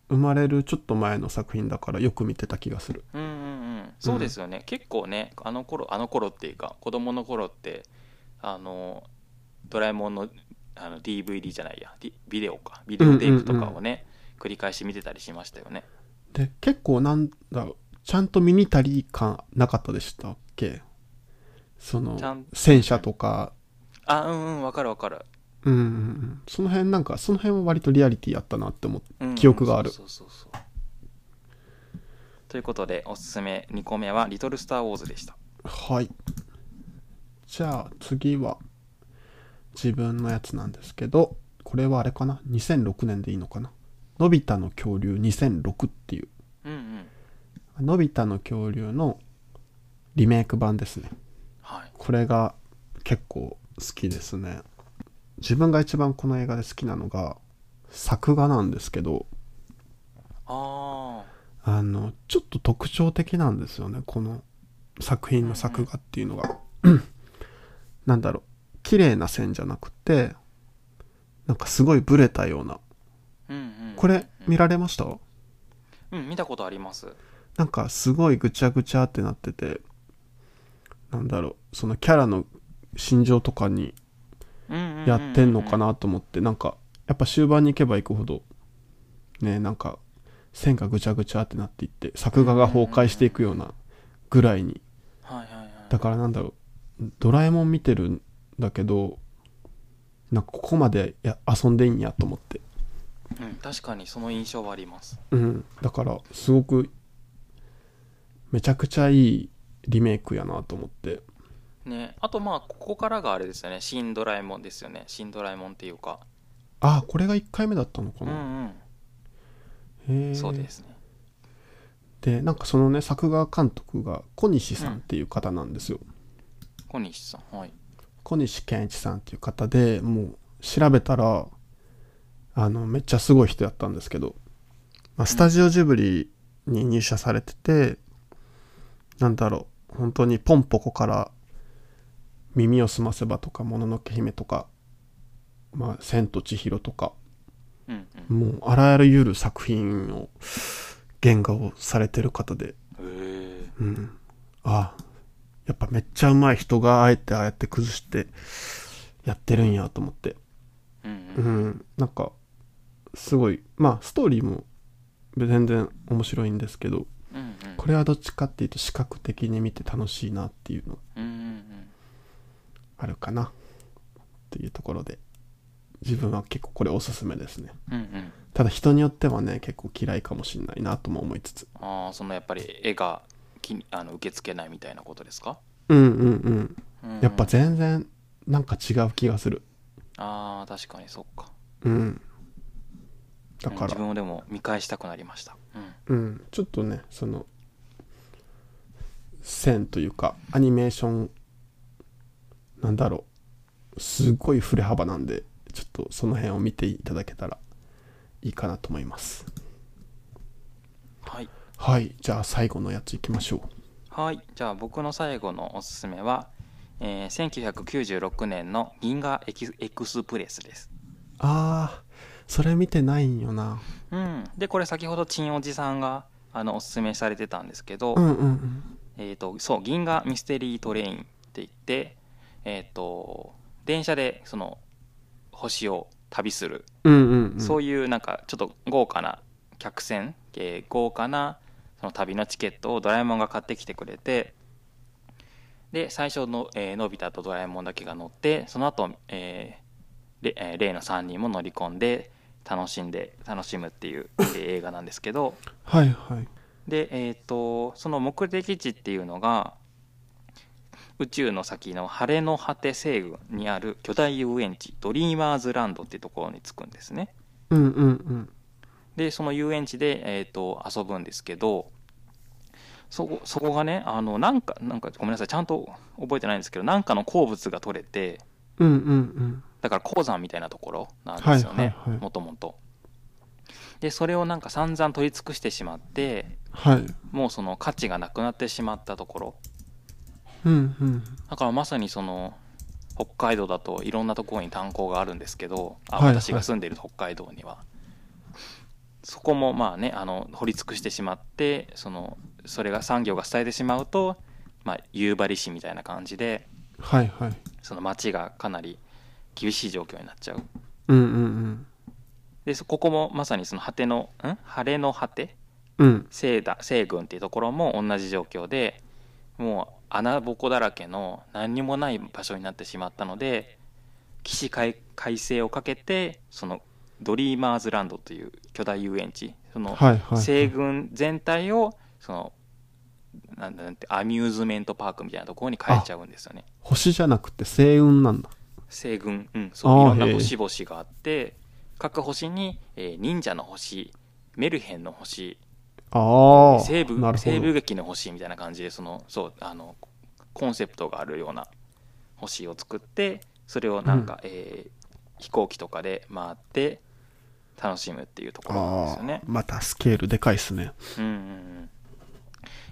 生まれるちょっと前の作品だからよく見てた気がするうんうんうん、そうですよね、結構ねあの頃あの頃っていうか子供の頃ってあのドラえもんのあの DVD じゃないやビビデオかビデオテープとかをね、繰り返し見てたりしましたよねで結構なんだろうちゃんとミニタリー感なかったでしたっけそのちゃん戦車とかあうんうんわかるわかる、うんうんうんその辺なんかその辺は割とリアリティあったなって思ってうんうん記憶があるそうそうそうそうということでおすすめ2個目は「リトル・スター・ウォーズ」でしたはいじゃあ次は自分のやつなんですけどこれはあれかな2006年でいいのかな「のび太の恐竜2006」っていううんうんのび太の恐竜のリメイク版ですねはいこれが結構好きですね自分が一番この映画で好きなのが作画なんですけどああのちょっと特徴的なんですよねこの作品の作画っていうのが なんだろう綺麗な線じゃなくてなんかすごいブレたようなあうんうんこれ見られましたうん見たことありますなんかすごいぐちゃぐちゃってなっててなんだろうそのキャラの心情とかにやってんのかなと思ってなんかやっぱ終盤に行けば行くほどねなんか線がぐちゃぐちゃってなっていって作画が崩壊していくようなぐらいにはいはいはいだからなんだろうドラえもん見てるんだけどなんかここまでや遊んでいいんやと思ってうん、確かにその印象はありますうんだからすごくめちゃくちゃいいリメイクやなと思ってねあとまあここからがあれですよね「新ドラえもん」ですよね「新ドラえもん」っていうかああこれが1回目だったのうかんな、うへんーそうですねでなんかそのね作画監督が小西さんっていう方なんですよ、小西さんはい小西健一さんっていう方でもう調べたらあのめっちゃすごい人やったんですけど、まあ、スタジオジブリに入社されてて、なんだろう本当にポンポコから「耳をすませば」とか「もののけ姫」とか「まあ、千と千尋」とかうんうんもうあらゆる作品を原画をされてる方で、へえうん、あやっぱめっちゃうまい人があえてああやって崩してやってるんやと思ってうんううんん、なんかすごいまあストーリーも全然面白いんですけどうんうんこれはどっちかっていうと視覚的に見て楽しいなっていうのがうんうんあるかなっていうところで自分は結構これおすすめですねうんうんうんただ人によってはね結構嫌いかもしんないなとも思いつつああそのやっぱり絵がきにあの受け付けないみたいなことですか、うんうんうんうんやっぱ全然なんか違う気がするああ確かにそっかうんだうんか自ら分をでも見返したくなりましたうんうん、ちょっとねその線というかアニメーションなんだろうすごい振れ幅なんでちょっとその辺を見ていただけたらいいかなと思いますはいはいじゃあ最後のやついきましょうはい、じゃあ僕の最後のおすすめは、えー1996年の「銀河エキスエクスプレス」です。あーそれ見てないんよなうん、でこれ先ほどちんおじさんがあのおすすめされてたんですけど、うんうんうんえー、とそう「銀河ミステリートレイン」って言って、えー、と電車でその星を旅する、うんうん、うん、そういいうなんかちょっと豪華な客船、えー豪華なその旅のチケットをドラえもんが買ってきてくれてで最初の、えーのび太とドラえもんだけが乗ってその後、えーれえー例の3人も乗り込んで楽しんで楽しむっていう、えー映画なんですけどはいはいで、えー、とその目的地っていうのが宇宙の先の晴れの果て西軍にある巨大遊園地ドリーマーズランドっていうところに着くんですね。うんうんうんでその遊園地で、えー、と遊ぶんですけどそこそこがねあのなんかなんかごめんなさいちゃんと覚えてないんですけどなんかの鉱物が取れてうんうんだから鉱山みたいなところなんですよねはいはいはいもともと。でそれをなんか散々取り尽くしてしまってはいもうその価値がなくなってしまったところうんうんだからまさにその北海道だといろんなところに炭鉱があるんですけどあはいはい私が住んでいる北海道には、そこもまあねあの掘り尽くしてしまってそのそれが産業が伝えてしまうと、まあ、夕張市みたいな感じではいはいその町がかなり厳しい状況になっちゃううんうんでそここもまさにその果てのん晴れの果てうんうん西だ西軍っていうところも同じ状況でもう穴ぼこだらけの何にもない場所になってしまったので起死回改正をかけてそのドリーマーズランドという巨大遊園地そのはいはい西軍全体をそのなんだなんてアミューズメントパークみたいなところに変えちゃうんですよね星じゃなくて星雲なんだ西軍、うん、そういあろーんなへえ星々があって各星に、えー忍者の星メルヘンの星ああ西部なるほ西部ど劇の星みたいな感じでそのそうあのコンセプトがあるような星を作ってそれをなんか、えー飛行機とかで回って楽しむっていうところなんですあよあ、ね。またスケールでかいっすね。うんうんうん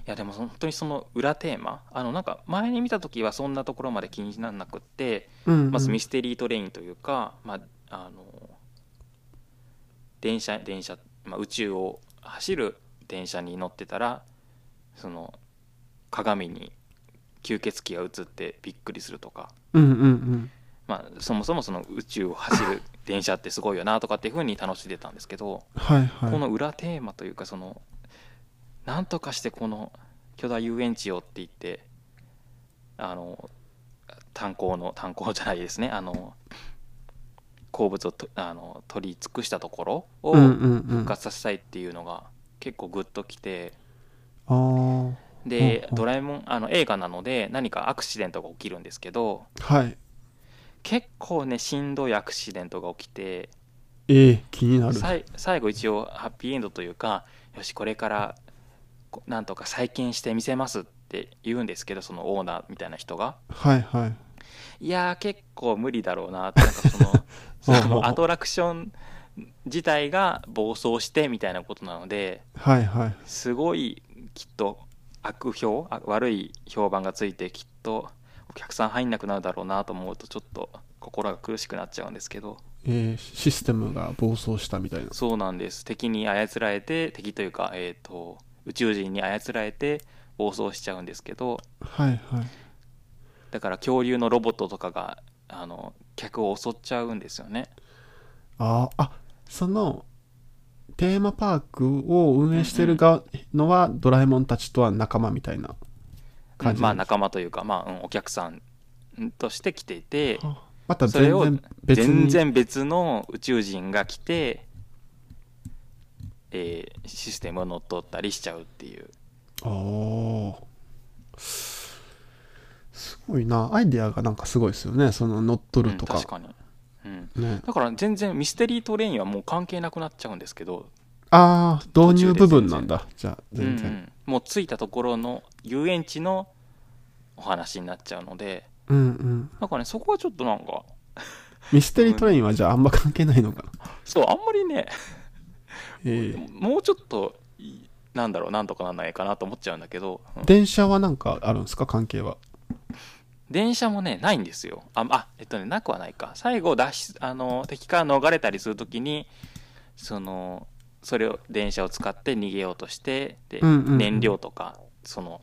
いやでもその本当にその裏テーマあのなんか前に見た時はそんなところまで気にならなくってうん、うん。まずミステリートレインというか、まあ、あの電車電車、まあ、宇宙を走る電車に乗ってたらその鏡に吸血鬼が映ってびっくりするとか、うんうんうん。まあ、そもそもその宇宙を走る電車ってすごいよなとかっていうふうに楽しんでたんですけど、はいはい。この裏テーマというかそのなんとかしてこの巨大遊園地をって言ってあの炭鉱の炭鉱じゃないですねあの鉱物をとあの取り尽くしたところをうん復うんうん、あ活させたいっていうのが結構グッときてあー、でうんうんドラえもんあの映画なので何かアクシデントが起きるんですけどはい。結構ねしんどいアクシデントが起きてええ気になる。さい最後一応ハッピーエンドというかよしこれからこなんとか再建してみせますって言うんですけどそのオーナーみたいな人がはいはい。いやー結構無理だろうなってなんか そのそほうほうほうのアトラクション自体が暴走してみたいなことなのではいはい。すごいきっと悪評あ悪い評判がついてきっとお客さん入んなくなるだろうなと思うとちょっと心が苦しくなっちゃうんですけどえーシステムが暴走したみたいな。そうなんです敵に操られて敵というか、えー、と宇宙人に操られて暴走しちゃうんですけどはいはい。だから恐竜のロボットとかがあの客を襲っちゃうんですよねあーあ、その、テーマパークを運営してる側のは、ドラえもんたちとは仲間みたいな感じまなあんです仲間というか、まあうんお客さんとして来ていてはあまたそれ全を然別に。全然別の宇宙人が来て、えーシステムを乗っ取ったりしちゃうっていうおーすごいなアイディアがなんかすごいですよねその乗っ取るとか,、うん、確かに、うん、ね、だから全然ミステリートレインはもう関係なくなっちゃうんですけどああ導入部分なんだじゃあ全うんう然んもう着いたところの遊園地のお話になっちゃうのでうんうん、なんかねそこはちょっとなんかミステリートレインはじゃああんま関係ないのかな、そうあんまりねえーもうちょっといなんだろうなんとかなんないかなと思っちゃうんだけど、うん電車はなんかあるんですか関係は電車もねないんですよああえっとねなくはないか最後脱出あの敵から逃れたりするときにそのそれを電車を使って逃げようとしてで、うんうんうん燃料とかその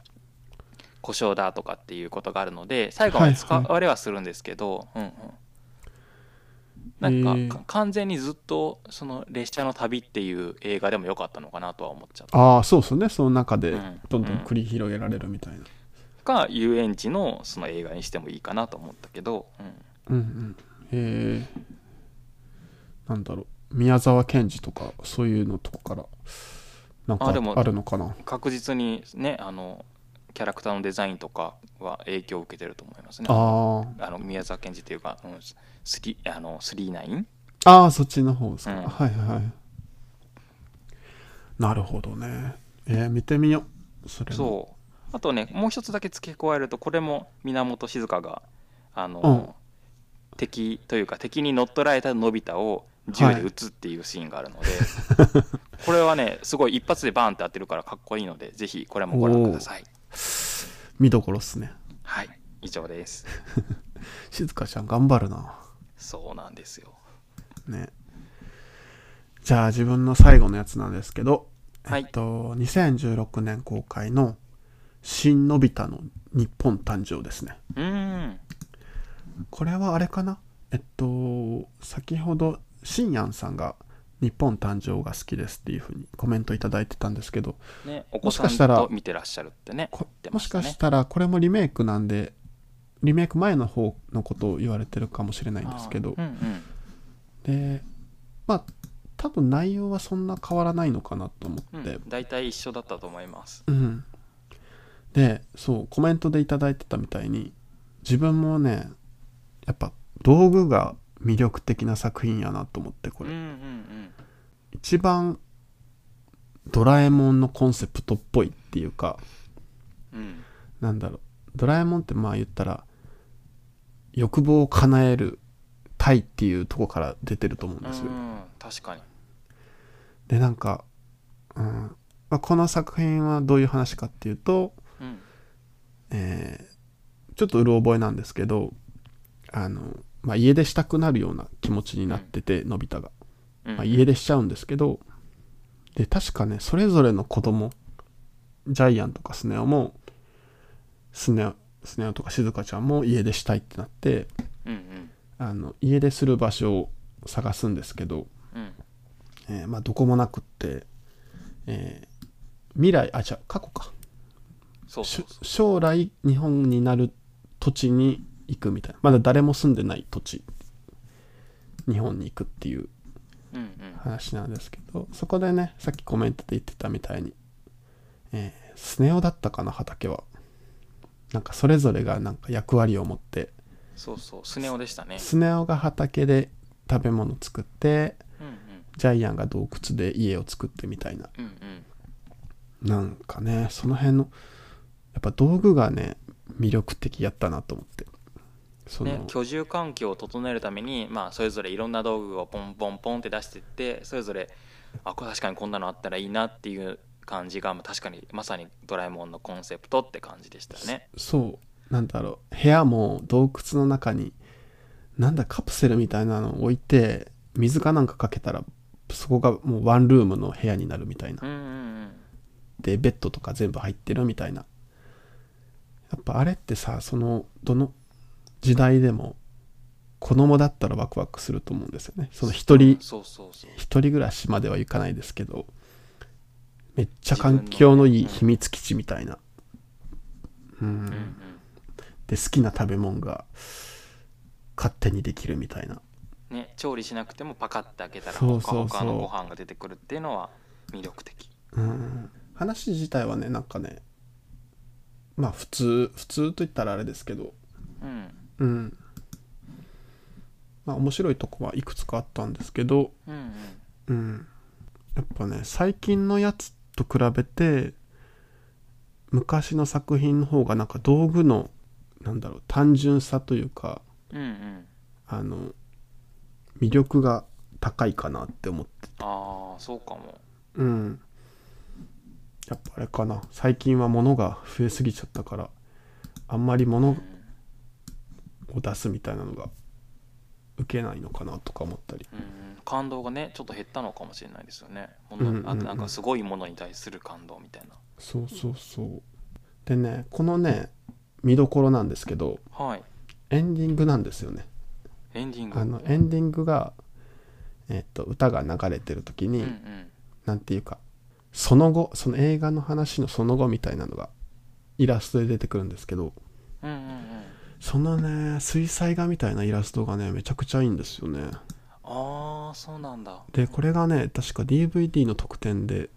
故障だとかっていうことがあるので最後まで使われはするんですけど、うんうん、なんかか、へえ完全にずっとその列車の旅っていう映画でも良かったのかなとは思っちゃったああそうですねその中でうんどんどん繰り広げられるみたいなか遊園地のその映画にしてもいいかなと思ったけど、うん、うんうんえー、なんだろう宮沢賢治とかそういうのとこからなんあでもかあるのかな確実にねあのキャラクターのデザインとかは影響を受けてると思いますねあああの宮沢賢治というか、うん、スリあの39ああそっちの方ですか、うんはいはいなるほどねえー見てみようそれもそうあとねもう一つだけ付け加えるとこれも源静香があの、うん敵というか敵に乗っ取られたのび太を銃で撃つっていうシーンがある ので、これはねすごい一発でバーンって当てるからかっこいいのでぜひこれもご覧ください見どころっすねはい以上です静香ちゃん頑張るなそうなんですよねじゃあ自分の最後のやつなんですけど、はいえっと2016年公開の「新のび太の日本誕生」ですねうーんこれはあれかなえっと先ほどしんやんさんが「日本誕生が好きです」っていうふうにコメントいただいてたんですけどね、お子もしさかしたんらと見てらっしゃるってねこ出まもししたかねしたらこれもリメイクなんでリメイク前の方のことを言われてるかもしれないんですけどあーうんでまあ多分内容はそんな変わらないのかなと思うんって、うん、大体一緒だったと思いますうん、でそうコメントでいただいてたみたいに自分もねやっぱ道具が魅力的な作品やなと思ってこれ、うんうんうん一番ドラえもんのコンセプトっぽいっていうかうんなんだろうドラえもんってまあ言ったら欲望を叶えるたいっていうとこから出てると思うんうですよ。ん確かにでなんか、うんまあ、この作品はどういう話かっていうと、うんえーちょっとうる覚えなんですけどあの、まあ、家出したくなるような気持ちになってて、のび太が、うんまあ、家出しちゃうんですけどで確かねそれぞれの子供ジャイアンとかスネ夫もスネ夫スネ夫とか静香ちゃんも家出したいってなってうんうんあの家出する場所を探すんですけど、うんえーまあ、どこもなくって、えー未来あじゃ過去かそうそうしそょ将来日本になる土地に行くみたいなまだ誰も住んでない土地日本に行くっていうううんうん話なんですけどそこでねさっきコメントで言ってたみたいに、えースネ夫だったかな畑はなんかそれぞれがなんか役割を持ってそうそうスネ夫でしたねスネ夫が畑で食べ物作ってうんジャイアンが洞窟で家を作ってみたいなうんうんなんかねその辺のやっぱ道具がね魅力的やったなと思ってうそんの、ね居住環境を整えるためにまあそれぞれいろんな道具をポンポンポンって出してってそれぞれあこれ確かにこんなのあったらいいなっていう感じがまあ確かにまさにドラえもんのコンセプトって感じでしたねそうなんだろう部屋も洞窟の中になんだカプセルみたいなのを置いて水かなんかかけたらそこがもうワンルームの部屋になるみたいなうんうんでベッドとか全部入ってるみたいなやっぱあれってさそのどの時代でも子供だったらワクワクすると思うんですよねその一う人んそうそうそう一人暮らしまではいかないですけどめっちゃ環境のいい秘密基地みたいな、うんうんうんで好きな食べ物が勝手にできるみたいなね調理しなくてもパカッて開けたらそほうかそうそうほかのご飯が出てくるっていうのは魅力的うん話自体はねなんかねまあ普通普通と言ったらあれですけどうんうんまあ面白いとこはいくつかあったんですけどうんうんうん、やっぱね最近のやつと比べて昔の作品の方がなんか道具のなんだろう単純さというかうんうんあの魅力が高いかなって思ってああそうかもうんやっぱあれかな最近は物が増えすぎちゃったからあんまりう物んを出すみたいなのが受けないのかなとか思ったりうん感動がねちょっと減ったのかもしれないですよねもうんうんうんのあなんかすごいものに対する感動みたいなそうそうそうでねこのね見どころなんですけど、はいエンディングなんですよねエンディングあのエンディングが、えっと歌が流れてる時うにんうん何、ていうかその後その映画の話のその後みたいなのがイラストで出てくるんですけどうんうんうんそのね水彩画みたいなイラストがねめちゃくちゃいいんですよねああそうなんだでこれがね確か DVD の特典で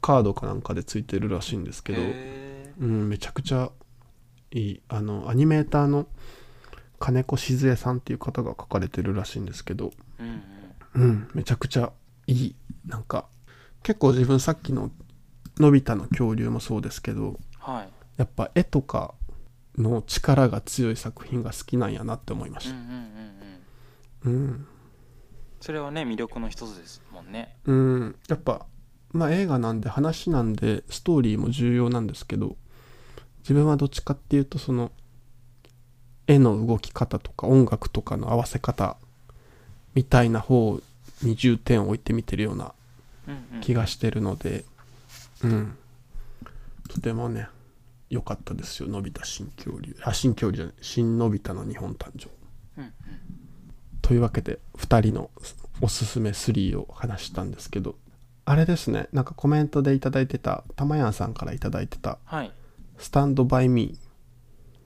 カードかなんかでついてるらしいんですけど、へうん、めちゃくちゃいいあのアニメーターの金子静江さんっていう方が書かれてるらしいんですけどえうんうん、めちゃくちゃいい。なんか、結構自分さっきののび太の恐竜もそうですけど、うんはいやっぱ絵とかの力が強い作品が好きなんやなって思いまうんしうんた。うんうんうん。それはね魅力の一つですもんねうん。やっぱ、まあ映画なんで話なんでストーリーも重要なんですけど、自分はどっちかっていうとその、絵の動き方とか音楽とかの合わせ方みたいな方に重点を置いて見てるようなうんうん気がしてるので、うん、とてもね良かったですよ「のび太新恐竜」あ新恐竜じゃない「新のび太の日本誕生うんうん」というわけで2人のおすすめ3を話したんですけどあれですねなんかコメントでいただいてたたまやんさんからいただいてたはい「スタンドバイミ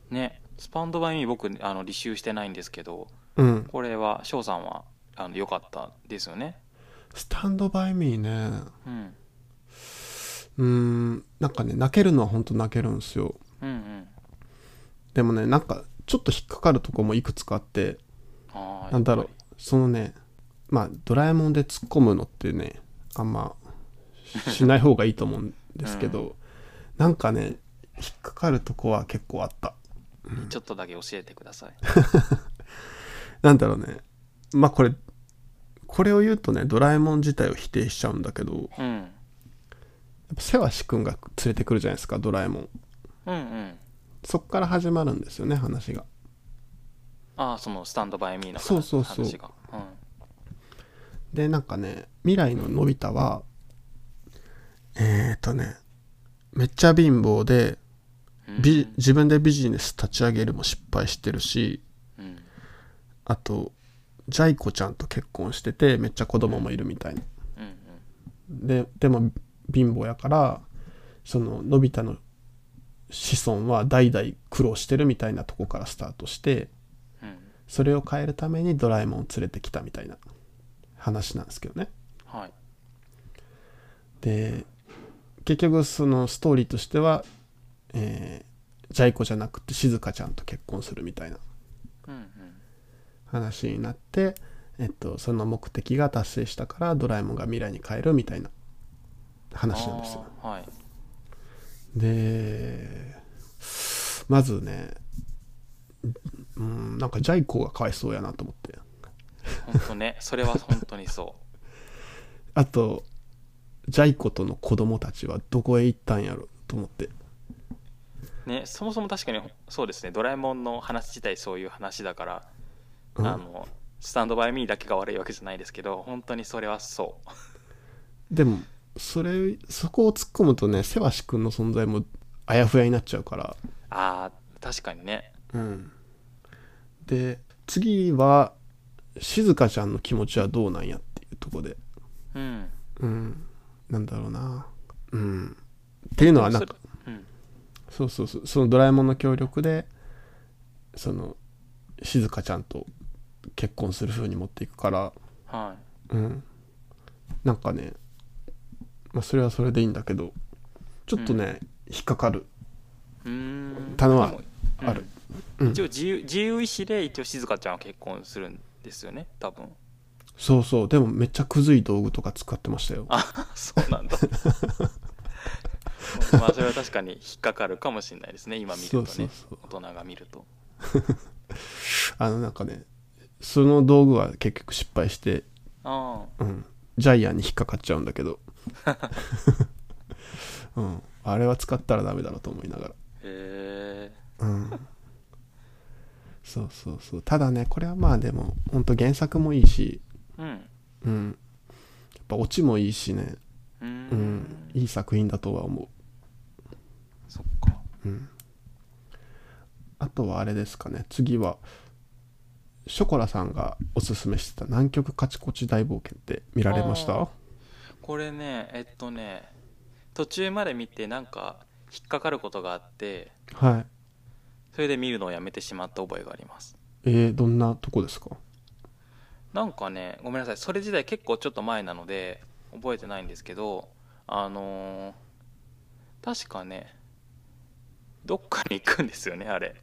ねスパンドバイミー僕あの履修してないんですけどー」うんこれは翔さんはあの良かったですよね「スタンドバイミーね」うんうーんなんかね泣けるのは本当泣けるんですようんうんでもねなんかちょっと引っかかるとこもいくつかあってあーなんだろうそのねまあドラえもんで突っ込むのってねあんましない方がいいと思うんですけど、なんかね引っかかるとこは結構あったちょっとだけ教えてください。なんだろうねまあこれこれを言うとねドラえもん自体を否定しちゃうんだけどやっうん。ぱセワシ君が連れてくるじゃないですかドラえもんうんうん。そっから始まるんですよね話がああ、そのスタンドバイミーの話そうそうそう話が。うん。でなんかね未来ののび太はえっ、ー、とねめっちゃ貧乏でうんビ自分でビジネス立ち上げるも失敗してるしうんあとジャイ子ちゃんと結婚しててめっちゃ子供もいるみたいなうんうんででも貧乏やからそののび太の子孫は代々苦労してるみたいなとこからスタートしてうんそれを変えるためにドラえもんを連れてきたみたいな話なんですけどねはいで結局そのストーリーとしては、えージャイ子じゃなくて静香ちゃんと結婚するみたいなうんうん話になって、えっと、その目的が達成したからドラえもんが未来に帰るみたいな話なんですよあーはいでまずねうんなんかジャイ子がかわいそうやなと思って本当ねそれは本当にそあとジャイ子との子供たちはどこへ行ったんやろと思ってうねそもそも確かにそうですねドラえもんの話自体そういう話だから、うんあのスタンドバイミーだけが悪いわけじゃないですけど本当にそれはそうでもそれそこを突っ込むとねセワシ君の存在もあやふやになっちゃうからあー確かにねうんで次は静香ちゃんの気持ちはどうなんやっていうとこでうんうんなんだろうなうんっていうのはなんかうんそうそうそうそのドラえもんの協力でその静香ちゃんと結婚する風に持っていくからはうんなんかねまあそれはそれでいいんだけどちょっとね、引っかかるいうーんたのはでもある、うんうん一応自由自由意志で一応静香ちゃんは結婚するんですよね多分そうそうでもめっちゃくずい道具とか使ってましたよ あそうなんだ まあそれは確かに引っかかるかもしれないですね今見るとねそうそう大人が見るとあのなんかねその道具は結局失敗して、あうん、ジャイアンに引っかかっちゃうんだけど、うん、あれは使ったらダメだろうと思いながあらへえうんそうそうそうただねこれはまあでもほんと原作もいいしうんうんやっぱオチもいいしねうーんうんいい作品だとは思そっかううんあとはあれですかね次はショコラさんがおすすめしてた南極カチコチ大冒険って見られましたあこれねえっとね途中まで見てなんか引っかかることがあってはいそれで見るのをやめてしまった覚えがありますえー、どんなとこですかなんかねごめんなさいそれ自体結構ちょっと前なので覚えてないんですけどあのー確かねどっかに行くんですよねあれ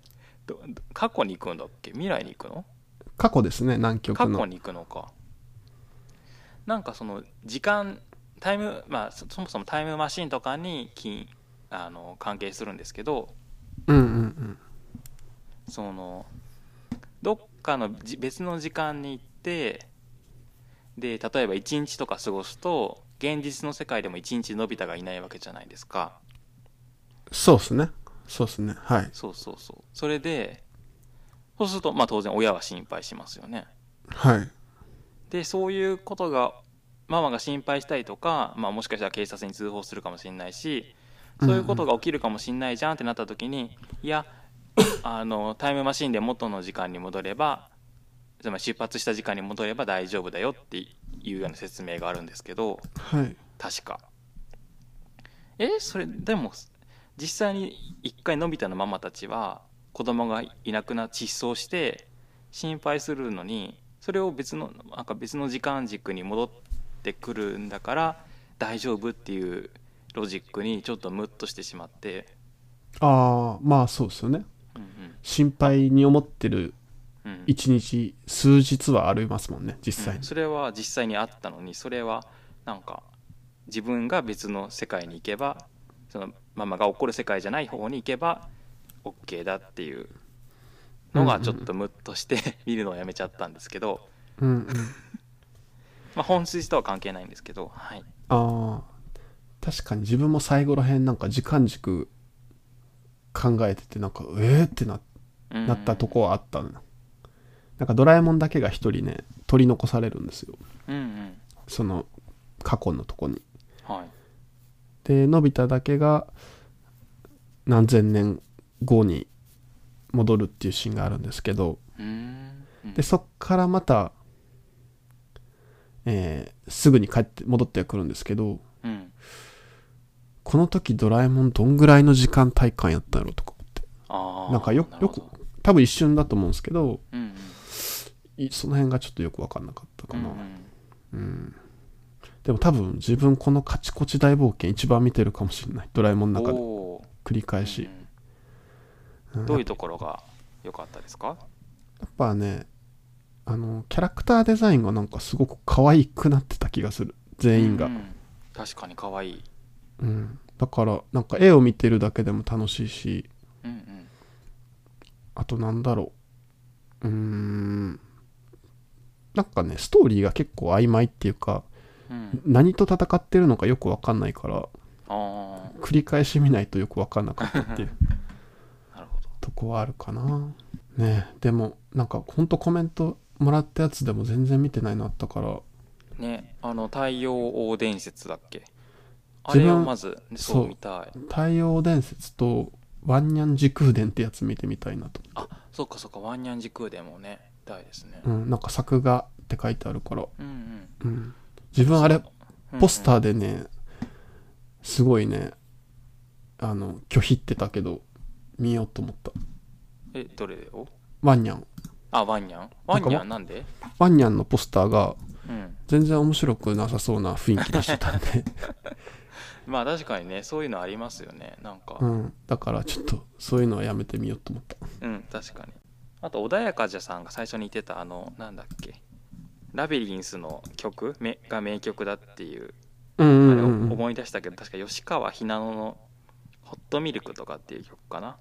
どど過去に行くんだっけ未来に行くの過去ですね南極過の去に行くのかなんかその時間タイムまあそそもそもタイムマシンとかにきあの関係するんですけどうんうんうんそのどっかのじ別の時間に行ってで例えば1日とか過ごすと現実の世界でも1日のび太がいないわけじゃないですかそうっすねそうっすねはいそうそうそうそれでそうするとまあ当然親は心配しますよねはいでそういうことがママが心配したりとか、まあ、もしかしたら警察に通報するかもしれないしそういうことが起きるかもしれないじゃんってなった時に、いやあのタイムマシンで元の時間に戻ればつまり出発した時間に戻れば大丈夫だよっていうような説明があるんですけどはい確かえそれでも実際に一回のび太のママたちは子供がいなくな失踪して心配するのにそれを別のなんか別の時間軸に戻ってくるんだから大丈夫っていうロジックにちょっとムッとしてしまって、ああまあそうですよねうん心配に思ってるうんうん一日数日はありますもんね実際うんに、それは実際にあったのにそれはなんか自分が別の世界に行けばそのママが怒る世界じゃない方に行けば OK だっていうのがちょっとムッとして見るのをやめちゃったんですけど、うんうん、まあ、本筋とは関係ないんですけど、はい、あー確かに自分も最後らへんなんか時間軸考えててなんかえーってなうんなったとこはあったななんかドラえもんだけが一人ね取り残されるんですようんうんその過去のとこにはいでのび太だけが何千年後に戻るっていうシーンがあるんですけどうーんうんでそっからまた、えーすぐに帰って戻ってくるんですけどうんこの時ドラえもんどんぐらいの時間体感やったんやろとか思ってあーなんかよなるよほくど多分一瞬だと思うんですけどうんうんいその辺がちょっとよく分かんなかったかな、うんうんうんでも多分自分この「カチコチ大冒険」一番見てるかもしれないドラえもんの中でおー繰り返しう、んううんんどういうところが良かったですかやっぱねあのキャラクターデザインがなんかすごく可愛くなってた気がする全員が、ううんん確かに可愛いだからなんか絵を見てるだけでも楽しいしうんうんあとなんだろううーんなんかねストーリーが結構曖昧っていうかうん何と戦ってるのかよく分かんないからあ繰り返し見ないとよく分かんなかったっていうあなるほどとこはあるかなねえでもなんかほんとコメントもらったやつでも全然見てないのあったからねあの太陽王伝説だっけあ自分れをまずねそうそう見たい太陽伝説とワンニャン時空伝ってやつ見てみたいなと、あそっかそっかワンニャン時空でもね見たいですねうん、なんか作画って書いてあるから、うんうんうん、自分あれポスターーでねすごいねあの拒否ってたけど見ようと思ったえどれをワンニャンあワンニャンなワんンかニャンなんでワンニャンのポスターがうん全然面白くなさそうな雰囲気出してたんで、まあ確かにねそういうのありますよねなんかうん、だからちょっとそういうのはやめてみようと思ったうん確かにあと穏やかじゃさんが最初に言ってたあのなんだっけラビリンスの曲めが名曲だっていううんあうれんをうんうん思い出したけど確か吉川ひなのの「ホットミルク」とかっていう曲かな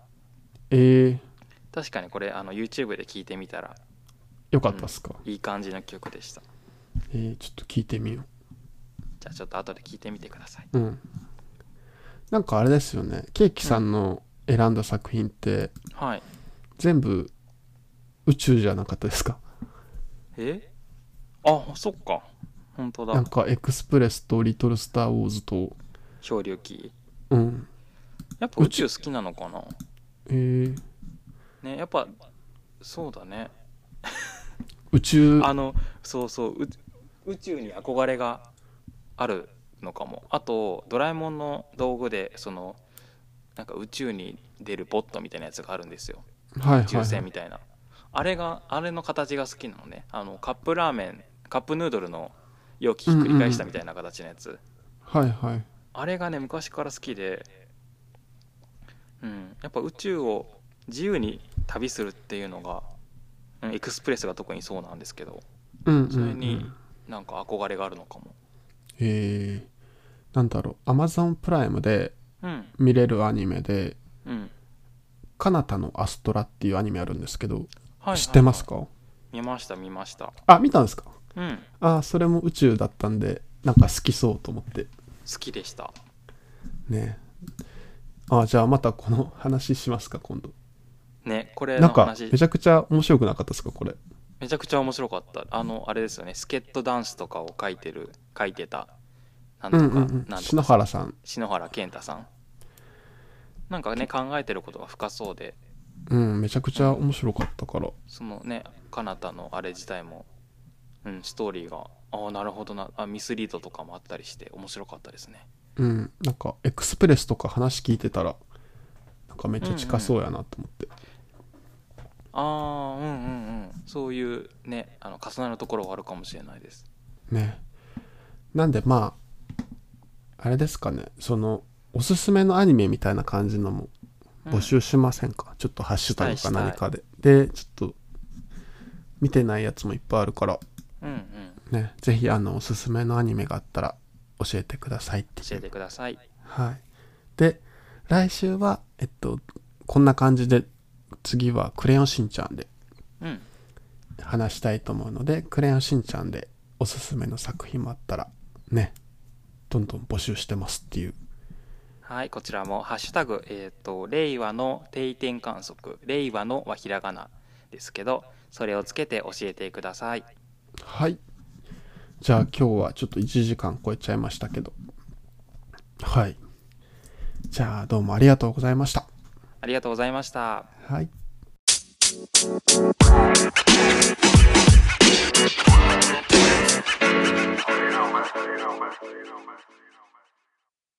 ええ確かにこれあの YouTube で聞いてみたらよかったっすか、いい感じの曲でしたえーちょっと聞いてみよじゃあちょっと後で聞いてみてくださいううんなんかあれですよねケーキさんの選んだ作品ってはい全部宇宙じゃなかったですかえあそっか本当なだんかエクスプレスとリトルスターウォーズと漂流記うんやっぱ宇宙好きなのかなえー、ねやっぱそうだね宇宙あのそうそうう宇宙に憧れがあるのかもあとドラえもんの道具でそのなんか宇宙に出るボットみたいなやつがあるんですよはい宇宙はい、は船いみたいな、あれがあれの形が好きなのねあのカップラーメンカップヌードルの容器ひっくり返したみたいな形のやつ、はいはいあれがね昔から好きでうんやっぱ宇宙を自由に旅するっていうのが、うん、エクスプレスが特にそうなんですけどうんうん、それうにんなんか憧れがあるのかも。えーなんだろうアマゾンプライムでうん。見れるアニメでうん。 「彼方のアストラ」っていうアニメあるんですけど、は知ってますかか見ました、見ました。あ見たんですかうん。ああそれも宇宙だったんでなんか好きそうと思って好きでした。ねああじゃあまたこの話しますか今度ね、これなのんか話、めちゃくちゃ面白くなかったですかこれめちゃくちゃ面白かった。あの、あれですよね、スケットダンスとかを書いてる、書いてた、なんとうか、んうんうなんんと篠か、原さん篠原健太さん。なんかね、考えてることが深そうで、うんめちゃくちゃ面白かったからそのね、かなたのあれ自体も、うん、ストーリーが、ああ、なるほどなあ、ミスリードとかもあったりして、面白かったですね。うんなんかエクスプレスとか話聞いてたらなんかめっちゃ近そうやなと思って、ああうんうんうんそういうねあの重なるところはあるかもしれないですねなんでまああれですかねそのおすすめのアニメみたいな感じのも募集しませんか、ちょっとハッシュタグしたかいしたい何かででちょっと見てないやつもいっぱいあるからうんうんねぜひあのおすすめのアニメがあったら教えてくださいっていう教えてくださいはいで来週はえっとこんな感じで次はクレヨンしんちゃんでうん話したいと思うので、クレヨンしんちゃんでおすすめの作品もあったら、ね、どんどん募集してますっていう。はい、こちらも、ハッシュタグ、えっ、と、令和の定点観測、令和のはひらがなですけど、それをつけて教えてください。はい。じゃあ今日はちょっと1時間超えちゃいましたけど。はい。じゃあどうもありがとうございました。ありがとうございました。はい。 You know, man. You know, man. You know, man.